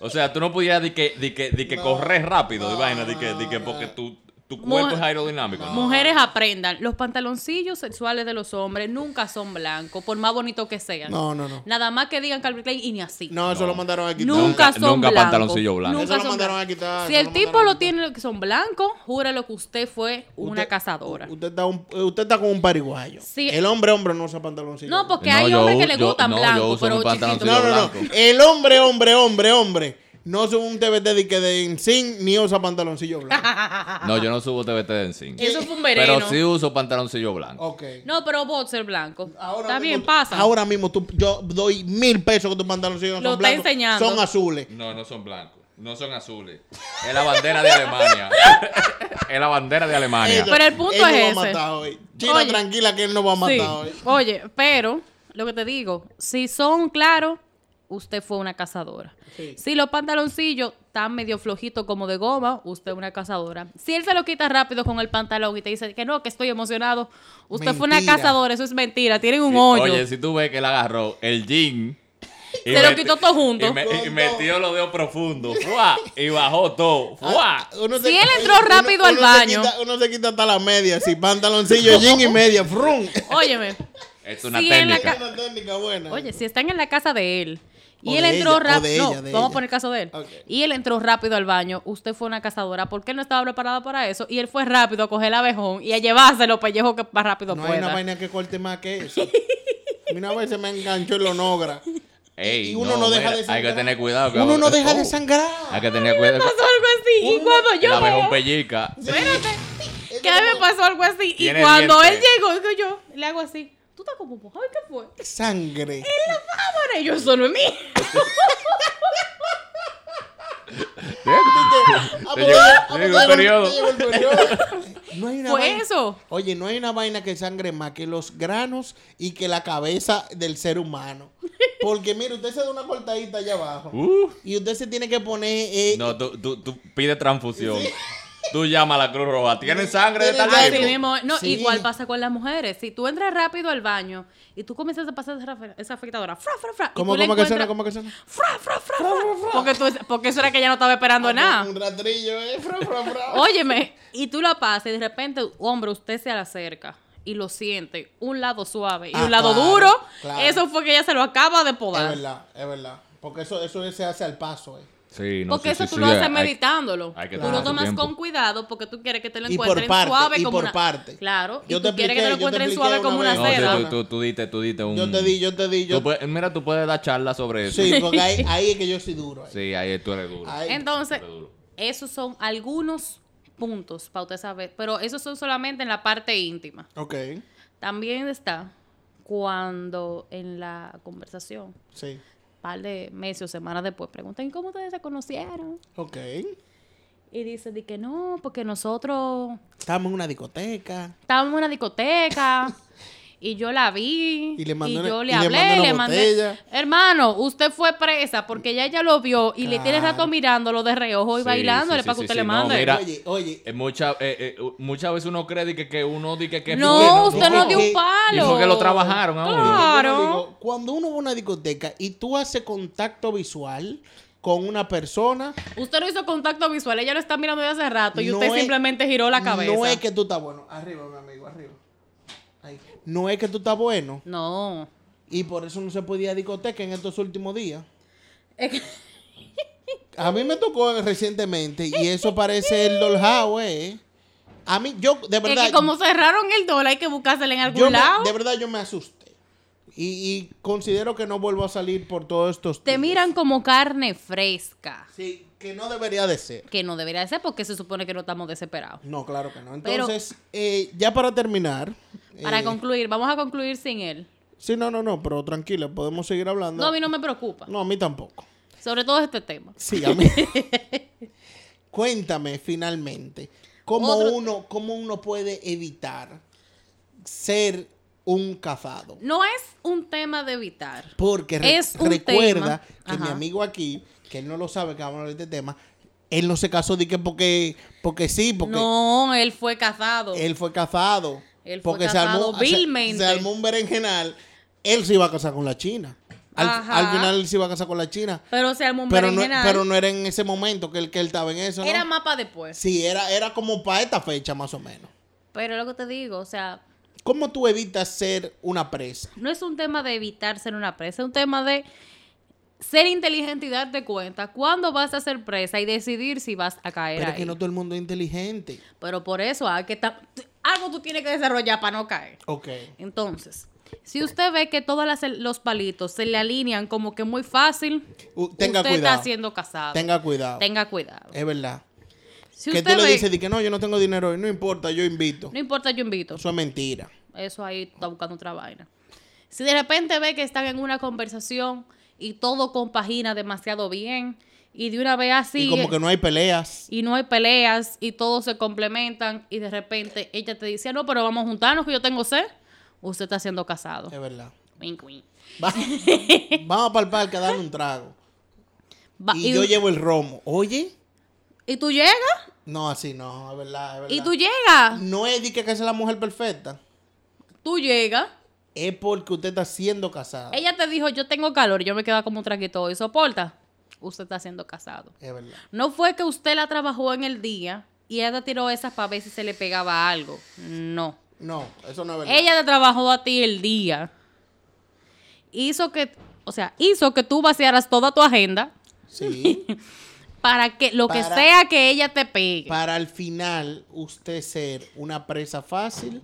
Speaker 2: O sea, tú no pudieras de que, de que, de que correr rápido, de vaina, de que, de que porque tu, tu cuerpo
Speaker 3: Mujer-
Speaker 2: es aerodinámico. ¿no?
Speaker 3: mujeres aprendan. Los pantaloncillos sexuales de los hombres nunca son blancos, por más bonitos que sean.
Speaker 1: No, no, no.
Speaker 3: Nada más que digan Calvin Klein y ni así.
Speaker 1: No, eso lo mandaron a quitar.
Speaker 3: Nunca son
Speaker 2: nunca
Speaker 3: blancos.
Speaker 2: pantaloncillo blanco.
Speaker 3: Nunca
Speaker 1: Eso lo
Speaker 3: son
Speaker 1: mandaron
Speaker 3: blancos.
Speaker 1: a quitar,
Speaker 3: Si
Speaker 1: eso
Speaker 3: el
Speaker 1: lo
Speaker 3: tipo
Speaker 1: mandaron a
Speaker 3: lo tiene que son blancos, júralo que usted fue una
Speaker 1: Usted-
Speaker 3: cazadora.
Speaker 1: Usted está, un- usted está con un pariguayo.
Speaker 3: Sí.
Speaker 1: El hombre, hombre, no usa pantaloncillos.
Speaker 3: no, porque
Speaker 2: No,
Speaker 3: hay
Speaker 2: yo-
Speaker 3: hombres que le
Speaker 2: yo-
Speaker 3: gustan
Speaker 2: no, yo
Speaker 3: blancos,
Speaker 2: uso
Speaker 3: pero
Speaker 2: mi
Speaker 3: chiquitos.
Speaker 2: pantaloncillo
Speaker 1: No, no, no.
Speaker 2: blanco.
Speaker 1: El hombre, hombre, hombre, hombre. No usa un TBT de que de Ensign ni usa pantaloncillo
Speaker 3: (laughs)
Speaker 1: blanco.
Speaker 3: Ah,
Speaker 2: No, yo no subo TBT de encima.
Speaker 3: Eso fue un
Speaker 2: Pero
Speaker 3: veneno.
Speaker 2: sí uso pantaloncillo blanco.
Speaker 1: Ok.
Speaker 3: No, pero boxer blanco.
Speaker 1: Ahora
Speaker 3: Está
Speaker 1: mismo
Speaker 3: bien,
Speaker 1: tú-
Speaker 3: pasa.
Speaker 1: Ahora mismo tú, yo doy mil pesos que tus pantaloncillos no
Speaker 3: Lo
Speaker 1: son
Speaker 3: está
Speaker 1: blancos.
Speaker 3: enseñando.
Speaker 1: Son azules.
Speaker 2: No, no son blancos. No son azules. Es la bandera de Alemania. es la bandera de Alemania.
Speaker 3: Pero el punto
Speaker 1: él no
Speaker 3: es
Speaker 1: va a
Speaker 3: ese.
Speaker 1: matar hoy. China,
Speaker 3: Oye.
Speaker 1: tranquila que él no va a matar
Speaker 3: Sí.
Speaker 1: hoy.
Speaker 3: Oye, pero lo que te digo, si son claros, usted fue una cazadora. Si los pantaloncillos están medio flojitos como de goma, usted es una cazadora. Si él se lo quita rápido con el pantalón y te dice que no, que estoy emocionado, usted fue una
Speaker 1: Mentira.
Speaker 3: cazadora, eso es mentira, tienen un
Speaker 2: Sí,
Speaker 3: hoyo.
Speaker 2: Oye, si tú ves que él agarró el jean. y
Speaker 3: Se lo
Speaker 2: meti-
Speaker 3: quitó todo junto.
Speaker 2: Y, me- y
Speaker 1: Con
Speaker 2: metió los dedos profundos. ¡fua! Y bajó todo. ¡fua!
Speaker 1: Uno
Speaker 3: Si él entró rápido al
Speaker 1: se
Speaker 3: baño.
Speaker 1: quita- uno se quita hasta la media. Si
Speaker 3: (laughs)
Speaker 1: pantaloncillo, jean y media. Frum.
Speaker 3: Óyeme.
Speaker 2: Es una
Speaker 3: Sí, en la
Speaker 2: técnica.
Speaker 3: ca-
Speaker 1: Una técnica buena.
Speaker 3: Oye, si están en la casa de él y
Speaker 1: O
Speaker 3: él
Speaker 1: de
Speaker 3: entró
Speaker 1: ella, o de
Speaker 3: rápido,
Speaker 1: ella, de
Speaker 3: vamos a
Speaker 1: ella.
Speaker 3: poner el caso de él.
Speaker 1: Ok.
Speaker 3: Y él entró rápido al baño, usted fue una cazadora porque él no estaba preparado para eso y él fue rápido a coger el abejón y a llevarse los pellejos que más rápido
Speaker 1: no hay una
Speaker 3: pueda.
Speaker 1: vaina que corte más que eso. A mí Una vez se me enganchó el
Speaker 3: (laughs)
Speaker 1: onogra.
Speaker 2: Ey,
Speaker 1: y uno no deja de
Speaker 2: Hay que
Speaker 1: sangrar.
Speaker 2: tener cuidado. que
Speaker 1: Uno no
Speaker 2: ahora-
Speaker 1: deja de
Speaker 2: Oh, Hay
Speaker 1: sangrar.
Speaker 2: que tener cuidado.
Speaker 3: (laughs) Pasó algo así
Speaker 1: Uh,
Speaker 3: y cuando yo
Speaker 2: La abejón
Speaker 1: (laughs)
Speaker 3: veo,
Speaker 2: pellica.
Speaker 3: espérate, que a mí me pasó algo así y
Speaker 2: Tiene
Speaker 3: cuando él
Speaker 2: dientes.
Speaker 3: llegó digo yo le hago así, tú estás como mojado, ¿qué fue? (laughs)
Speaker 1: Sangre.
Speaker 3: La cámara y yo solo en mí. (laughs)
Speaker 1: Ah,
Speaker 2: Te
Speaker 1: pero-
Speaker 2: llegó-
Speaker 1: ah,
Speaker 2: te
Speaker 1: pero
Speaker 2: llegó el
Speaker 1: te
Speaker 2: periodo.
Speaker 1: te llegó el
Speaker 2: (laughs)
Speaker 1: periodo. No hay una
Speaker 3: Fue
Speaker 1: vaina-
Speaker 3: eso.
Speaker 1: Oye, no hay una vaina que sangre más que los granos y que la cabeza del ser humano. Porque mire, usted se da una cortadita allá abajo.
Speaker 2: Uh.
Speaker 1: Y usted se tiene que poner. eh,
Speaker 2: No, tú, tú, tú pides transfusión. Tú llamas a la Cruz Roja. ¿Tienen sangre de
Speaker 1: Tienen
Speaker 2: tal
Speaker 1: sangre.
Speaker 3: Así
Speaker 1: Algo.
Speaker 2: tipo?
Speaker 3: mismo,
Speaker 1: pues,
Speaker 3: no,
Speaker 1: Sí.
Speaker 3: igual pasa con las mujeres. Si tú entras rápido al baño y tú comienzas a pasar esa, rafe- esa afectadora, fra, fra, fra, y
Speaker 1: ¿Cómo,
Speaker 3: tú le
Speaker 1: cómo que suena?
Speaker 3: encuentras-
Speaker 1: ¿Cómo que suena?
Speaker 3: fra, fra, fra, fra, Porque, tú- porque eso era que ella no estaba esperando nada.
Speaker 1: Un ratrillo, eh. Fra, fra, fra.
Speaker 3: (laughs)
Speaker 2: (laughs)
Speaker 3: Óyeme, y tú la pasas y de repente, hombre, usted se la acerca y lo siente, un lado suave y
Speaker 1: Ah,
Speaker 3: un lado
Speaker 1: claro,
Speaker 3: duro,
Speaker 1: claro.
Speaker 3: eso fue que ella se lo acaba de
Speaker 1: Es
Speaker 3: podar.
Speaker 1: verdad, es verdad. Porque eso, eso se hace al paso, eh.
Speaker 2: Sí,
Speaker 3: porque eso tú lo haces meditándolo. tú lo tomas con cuidado porque tú quieres que te lo
Speaker 1: Y por
Speaker 3: encuentren
Speaker 1: parte,
Speaker 3: suave
Speaker 1: y
Speaker 3: como
Speaker 1: por
Speaker 3: una
Speaker 1: parte.
Speaker 3: Claro,
Speaker 1: Yo
Speaker 3: y
Speaker 1: te
Speaker 3: tú quieres que
Speaker 1: expliqué,
Speaker 3: te
Speaker 1: yo
Speaker 3: lo
Speaker 1: te
Speaker 3: encuentren
Speaker 1: expliqué
Speaker 3: suave
Speaker 1: una
Speaker 3: como una
Speaker 1: vez.
Speaker 2: No, sí,
Speaker 3: seda.
Speaker 2: tú, tú, tú diste, tú diste un...
Speaker 1: Yo te di, yo te di, yo
Speaker 2: Tú puedes- mira, tú puedes dar charlas sobre eso.
Speaker 1: Sí, porque
Speaker 2: (laughs)
Speaker 1: ahí, ahí es que yo soy duro. ahí.
Speaker 2: Sí, ahí tú eres duro.
Speaker 1: Ahí.
Speaker 3: Entonces,
Speaker 2: Súper duro.
Speaker 3: esos son algunos puntos para usted saber, pero esos son solamente en la parte íntima.
Speaker 1: Ok,
Speaker 3: También está cuando en la conversación,
Speaker 1: sí.
Speaker 3: par de meses o semanas después, preguntan cómo ustedes se conocieron.
Speaker 1: Ok.
Speaker 3: Y dice de que no, porque nosotros
Speaker 1: Estábamos en una discoteca.
Speaker 3: estábamos en
Speaker 1: (laughs)
Speaker 3: una discoteca. Y yo la vi.
Speaker 1: Y le mandó una-
Speaker 3: yo
Speaker 1: y
Speaker 3: le
Speaker 1: le
Speaker 3: hablé,
Speaker 1: mandó una
Speaker 3: le mandé.
Speaker 1: botella.
Speaker 3: Hermano, usted fue presa porque ella ya lo vio y le tiene
Speaker 1: Claro.
Speaker 3: rato mirándolo de reojo y
Speaker 2: Sí,
Speaker 3: bailándole
Speaker 2: sí, sí,
Speaker 3: para que
Speaker 2: sí,
Speaker 3: usted
Speaker 2: sí,
Speaker 3: le
Speaker 2: no,
Speaker 3: mande.
Speaker 2: mira,
Speaker 1: Oye, oye.
Speaker 2: Eh, mucha- eh, eh, u- muchas veces uno cree de que, que uno dice que...
Speaker 3: No,
Speaker 1: que-
Speaker 3: usted no
Speaker 1: que-
Speaker 3: dio un
Speaker 1: que-
Speaker 3: palo.
Speaker 2: Y fue que lo trabajaron a uno.
Speaker 3: Claro.
Speaker 1: Yo digo, cuando uno va a una discoteca y tú haces contacto visual con una persona,
Speaker 3: Usted no hizo contacto visual, ella lo está mirando ya hace rato y
Speaker 1: No
Speaker 3: usted
Speaker 1: es-
Speaker 3: simplemente giró la cabeza.
Speaker 1: no es que tú estás bueno. Arriba, mi amigo, arriba. Ahí. No es que tú estás bueno.
Speaker 3: No.
Speaker 1: Y por eso no se podía discoteca en estos últimos días.
Speaker 3: Es que-
Speaker 1: A mí me tocó recientemente y eso parece el dollhouse, eh. A mí, yo, de
Speaker 3: Es
Speaker 1: verdad.
Speaker 3: que como cerraron el dólar, hay que buscársela en
Speaker 1: yo
Speaker 3: algún
Speaker 1: me-
Speaker 3: lado.
Speaker 1: de verdad, yo me asusté. Y, y considero que no vuelvo a salir por todos estos.
Speaker 3: Te
Speaker 1: días.
Speaker 3: miran como carne fresca.
Speaker 1: Sí, que no debería de ser.
Speaker 3: Que no debería de ser porque se supone que no estamos desesperados.
Speaker 1: No, claro que no.
Speaker 3: Pero-
Speaker 1: Entonces, eh, ya para terminar.
Speaker 3: Para
Speaker 1: eh,
Speaker 3: concluir, vamos a concluir sin él.
Speaker 1: Sí, no, no, no, pero tranquila, podemos seguir hablando.
Speaker 3: No, a mí no me preocupa.
Speaker 1: No, a mí tampoco.
Speaker 3: Sobre todo este tema.
Speaker 1: Sí, a (laughs) mí. Cuéntame finalmente, ¿cómo
Speaker 3: Otro-
Speaker 1: uno, ¿cómo uno puede evitar ser un cazado?
Speaker 3: No es un tema de evitar.
Speaker 1: Porque re-
Speaker 3: Es un
Speaker 1: recuerda
Speaker 3: tema.
Speaker 1: que mi
Speaker 3: Ajá.
Speaker 1: amigo aquí, que él no lo sabe, que vamos a hablar de este tema, él no se casó de que porque, porque sí, porque
Speaker 3: No, él fue casado.
Speaker 1: él fue cazado.
Speaker 3: Él fue
Speaker 1: porque
Speaker 3: cazado
Speaker 1: se, se,
Speaker 3: vilmente.
Speaker 1: armó un berenjenal. Él se iba a casar con la China. Al,
Speaker 3: Ajá.
Speaker 1: al final él se iba a casar con la China.
Speaker 3: Pero se armó un
Speaker 1: Pero no,
Speaker 3: berenjenal.
Speaker 1: pero no era en ese momento que él, que él estaba en eso. ¿no?
Speaker 3: Era mapa después.
Speaker 1: Sí, era, era como para esta fecha más o menos.
Speaker 3: Pero lo que te digo, o sea,
Speaker 1: ¿Cómo tú evitas ser una presa?
Speaker 3: no es un tema de evitar ser una presa, es un tema de ser inteligente y darte cuenta cuándo vas a ser presa y decidir si vas a caer
Speaker 1: Pero es
Speaker 3: ahí.
Speaker 1: que no todo el mundo es inteligente.
Speaker 3: Pero por eso hay que ta- algo tú tienes que desarrollar para no caer.
Speaker 1: Ok.
Speaker 3: Eh, Entonces, si usted ve que todos los palitos se le alinean como que muy fácil,
Speaker 1: U- tenga
Speaker 3: usted
Speaker 1: cuidado.
Speaker 3: está siendo casado.
Speaker 1: Tenga cuidado.
Speaker 3: Tenga cuidado.
Speaker 1: Es verdad.
Speaker 3: Si
Speaker 1: que
Speaker 3: usted
Speaker 1: tú le
Speaker 3: ve,
Speaker 1: dices di que no, yo no tengo dinero hoy, no importa, yo invito.
Speaker 3: no importa, yo invito.
Speaker 1: Eso es mentira.
Speaker 3: Eso ahí está buscando otra vaina. Si de repente ve que están en una conversación y todo compagina demasiado bien y de una vez así
Speaker 1: y como que no hay peleas.
Speaker 3: y no hay peleas y todos se complementan y de repente ella te dice, no, pero vamos a juntarnos que yo tengo sed, usted está siendo casado.
Speaker 1: Es verdad.
Speaker 3: Wink, wink. (laughs)
Speaker 1: Va- vamos para el parque a darle un trago.
Speaker 3: Va-
Speaker 1: Y,
Speaker 3: y,
Speaker 1: yo llevo el romo. Oye.
Speaker 3: y tú llegas,
Speaker 1: No, así no, es verdad, es verdad.
Speaker 3: y tú llegas,
Speaker 1: No es di que que esa es la mujer perfecta.
Speaker 3: tú llegas.
Speaker 1: Es porque usted está siendo casada.
Speaker 3: Ella te dijo, yo tengo calor, y yo me quedo como un traguito hoy, soporta. Usted está siendo casado.
Speaker 1: Es verdad.
Speaker 3: No fue que usted la trabajó en el día y ella tiró esas para ver si se le pegaba algo. No.
Speaker 1: No, eso no es verdad.
Speaker 3: Ella te trabajó a ti el día. Hizo que, o sea, hizo que tú vaciaras toda tu agenda (laughs)
Speaker 1: Sí.
Speaker 3: para que lo que
Speaker 1: Para-
Speaker 3: sea que ella te pegue.
Speaker 1: Para al final usted ser una presa fácil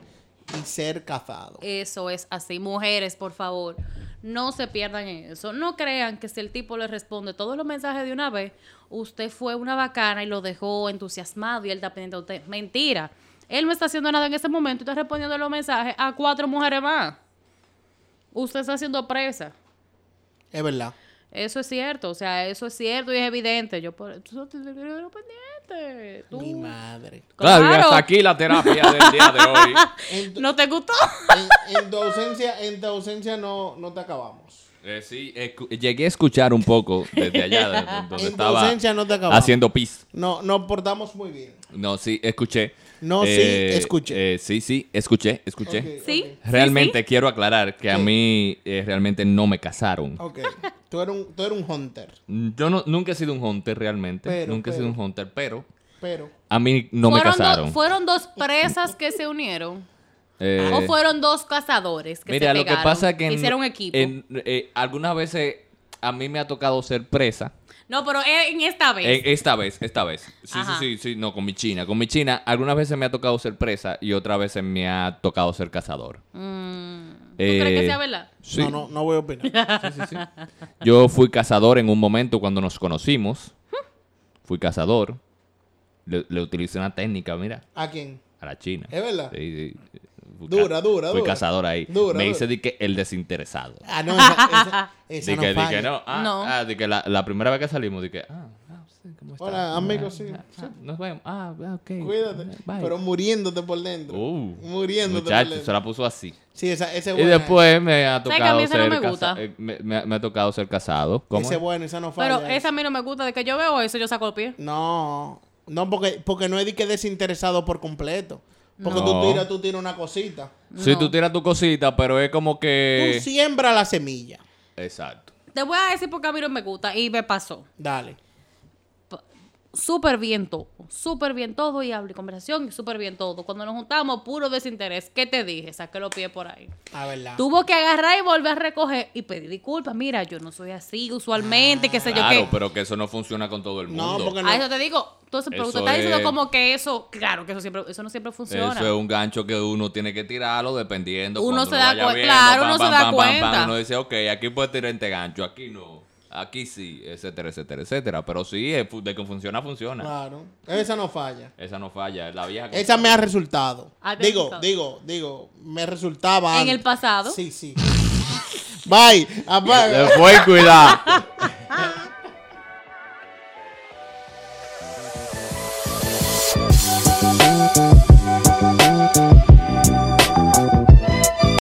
Speaker 1: y ser cazado.
Speaker 3: Eso es así. Mujeres, por favor, no se pierdan en eso. No crean que si el tipo le responde todos los mensajes de una vez, usted fue una bacana y lo dejó entusiasmado y él está pendiente de usted. Mentira. Él no está haciendo nada en ese momento y está respondiendo los mensajes a cuatro mujeres más. Usted está siendo presa.
Speaker 1: Es verdad.
Speaker 3: Eso es cierto, o sea, eso es cierto y es evidente. Yo por tú no te- yo no pendiente. Tú-
Speaker 1: Mi madre.
Speaker 2: Claro, y
Speaker 3: Claro.
Speaker 2: hasta aquí la terapia del día de hoy.
Speaker 1: (laughs) En tu,
Speaker 3: (laughs) ¿No te gustó?
Speaker 1: en- en tu ausencia, en tu ausencia no, no te acabamos.
Speaker 2: Eh, sí, escu- llegué a escuchar un poco desde
Speaker 1: (laughs)
Speaker 2: allá de- de donde
Speaker 1: En tu
Speaker 2: estaba
Speaker 1: ausencia no te acabamos.
Speaker 2: haciendo pis.
Speaker 1: No, nos portamos muy bien.
Speaker 2: No, sí, escuché.
Speaker 1: No, sí, escuché.
Speaker 2: eh, sí, sí, escuché, escuché.
Speaker 1: Ok,
Speaker 3: Sí.
Speaker 2: Realmente quiero aclarar que a
Speaker 1: Sí.
Speaker 2: mí eh, realmente no me casaron.
Speaker 1: Ok. ok. Tú eres un, tú eres un hunter,
Speaker 2: Yo no- nunca he sido un hunter realmente.
Speaker 1: Pero,
Speaker 2: nunca he
Speaker 1: pero.
Speaker 2: sido un hunter, pero
Speaker 1: pero
Speaker 2: a mí no me
Speaker 3: fueron, do-
Speaker 2: casaron.
Speaker 3: fueron dos presas que se unieron.
Speaker 2: Eh,
Speaker 3: O fueron dos cazadores que
Speaker 2: Mira,
Speaker 3: se
Speaker 2: lo que
Speaker 3: pegaron,
Speaker 2: pasa es que en-
Speaker 3: hicieron equipo.
Speaker 2: en- eh, algunas veces a mí me ha tocado ser presa.
Speaker 3: no, pero en esta vez.
Speaker 2: Eh, esta vez, esta vez. Sí,
Speaker 3: Ajá.
Speaker 2: sí, sí, sí, no, con mi china. Con mi china, algunas veces me ha tocado ser presa y otras veces me ha tocado ser cazador.
Speaker 3: Mm.
Speaker 2: Eh,
Speaker 3: ¿Tú crees que sea verdad?
Speaker 2: Sí,
Speaker 1: no, no, no voy a
Speaker 3: (laughs)
Speaker 1: opinar.
Speaker 2: sí, sí, sí. Yo fui cazador en un momento cuando nos conocimos. Fui cazador. Le, le utilicé una técnica, mira,
Speaker 1: ¿A quién?
Speaker 2: a la china.
Speaker 1: ¿Es verdad?
Speaker 2: Sí, sí. Fui
Speaker 1: Dura,
Speaker 2: ca-
Speaker 1: dura,
Speaker 2: Fui
Speaker 1: dura.
Speaker 2: cazador ahí.
Speaker 1: Dura,
Speaker 2: me
Speaker 1: dura.
Speaker 2: hice de que el desinteresado.
Speaker 1: Ah, no, esa, esa- esa
Speaker 2: (laughs) Dije,
Speaker 1: no
Speaker 2: dije, no,
Speaker 1: falla.
Speaker 2: Ah,
Speaker 3: No.
Speaker 2: ah, dije, la, la primera vez que salimos, dije, ah, ah, sí, ¿cómo estás?
Speaker 1: Hola, amigo, sí,
Speaker 2: Ah, ah, nos vemos. Ah, ah, ok.
Speaker 1: Cuídate.
Speaker 2: Bye.
Speaker 1: Pero muriéndote por dentro.
Speaker 2: Uh,
Speaker 1: muriéndote por
Speaker 2: Muchacho,
Speaker 1: dentro.
Speaker 2: se la puso así.
Speaker 1: Sí, esa, ese es
Speaker 2: Y
Speaker 1: buena,
Speaker 2: después me ha
Speaker 3: ¿Sabes que a
Speaker 2: tocado
Speaker 3: mí esa no
Speaker 2: ser
Speaker 3: me
Speaker 2: casa-
Speaker 3: gusta?
Speaker 2: eh, me, me ha- me ha tocado ser casado. ¿Cómo?
Speaker 1: Ese
Speaker 2: es?
Speaker 1: es bueno, esa no falla.
Speaker 3: Pero esa a mí no me gusta. De que yo veo eso, yo saco el pie.
Speaker 1: No, no, porque, porque no es de que desinteresado por completo. Porque
Speaker 2: No.
Speaker 1: tú tiras, tú tiras una cosita.
Speaker 2: Si
Speaker 3: No.
Speaker 2: tú tiras tu cosita, pero es como que.
Speaker 1: Tú siembra la semilla.
Speaker 2: Exacto.
Speaker 3: Te voy a decir porque a mí no me gusta y me pasó.
Speaker 1: Dale.
Speaker 3: P- súper bien todo, súper bien todo y hablo y conversación y súper bien todo. Cuando nos juntamos, puro desinterés. ¿Qué te dije? Saqué los pies por ahí.
Speaker 1: Ah, verdad.
Speaker 3: Tuvo que agarrar y volver a recoger y pedir disculpas. Mira, yo no soy así usualmente, qué sé yo
Speaker 2: Claro,
Speaker 3: qué.
Speaker 2: pero que eso no funciona con todo el
Speaker 1: No,
Speaker 2: mundo.
Speaker 1: porque
Speaker 3: A
Speaker 1: no.
Speaker 3: Ah, eso te digo. Entonces, pero
Speaker 2: Eso
Speaker 3: usted está diciendo
Speaker 2: es-
Speaker 3: como que eso, claro, que eso siempre, eso no siempre funciona.
Speaker 2: Eso es un gancho que uno tiene que tirarlo dependiendo.
Speaker 3: Uno
Speaker 2: cuando
Speaker 3: se da
Speaker 2: vaya
Speaker 3: cuen-
Speaker 2: viendo,
Speaker 3: claro, uno se da cuenta.
Speaker 2: uno dice, ok, aquí puedo tirar este gancho, aquí no, aquí sí, etcétera, etcétera, etcétera. Pero sí, es fu- de que funciona, funciona.
Speaker 1: Claro. Esa no falla.
Speaker 2: Esa no falla, es la vieja. que-
Speaker 1: Esa me ha resultado.
Speaker 3: Ah, te
Speaker 1: Digo,
Speaker 3: resultó.
Speaker 1: digo, digo, me resultaba.
Speaker 3: ¿En
Speaker 1: antes.
Speaker 3: el pasado?
Speaker 1: Sí, sí. (laughs) Bye. Apaga.
Speaker 2: (laughs) Se fue, cuidado.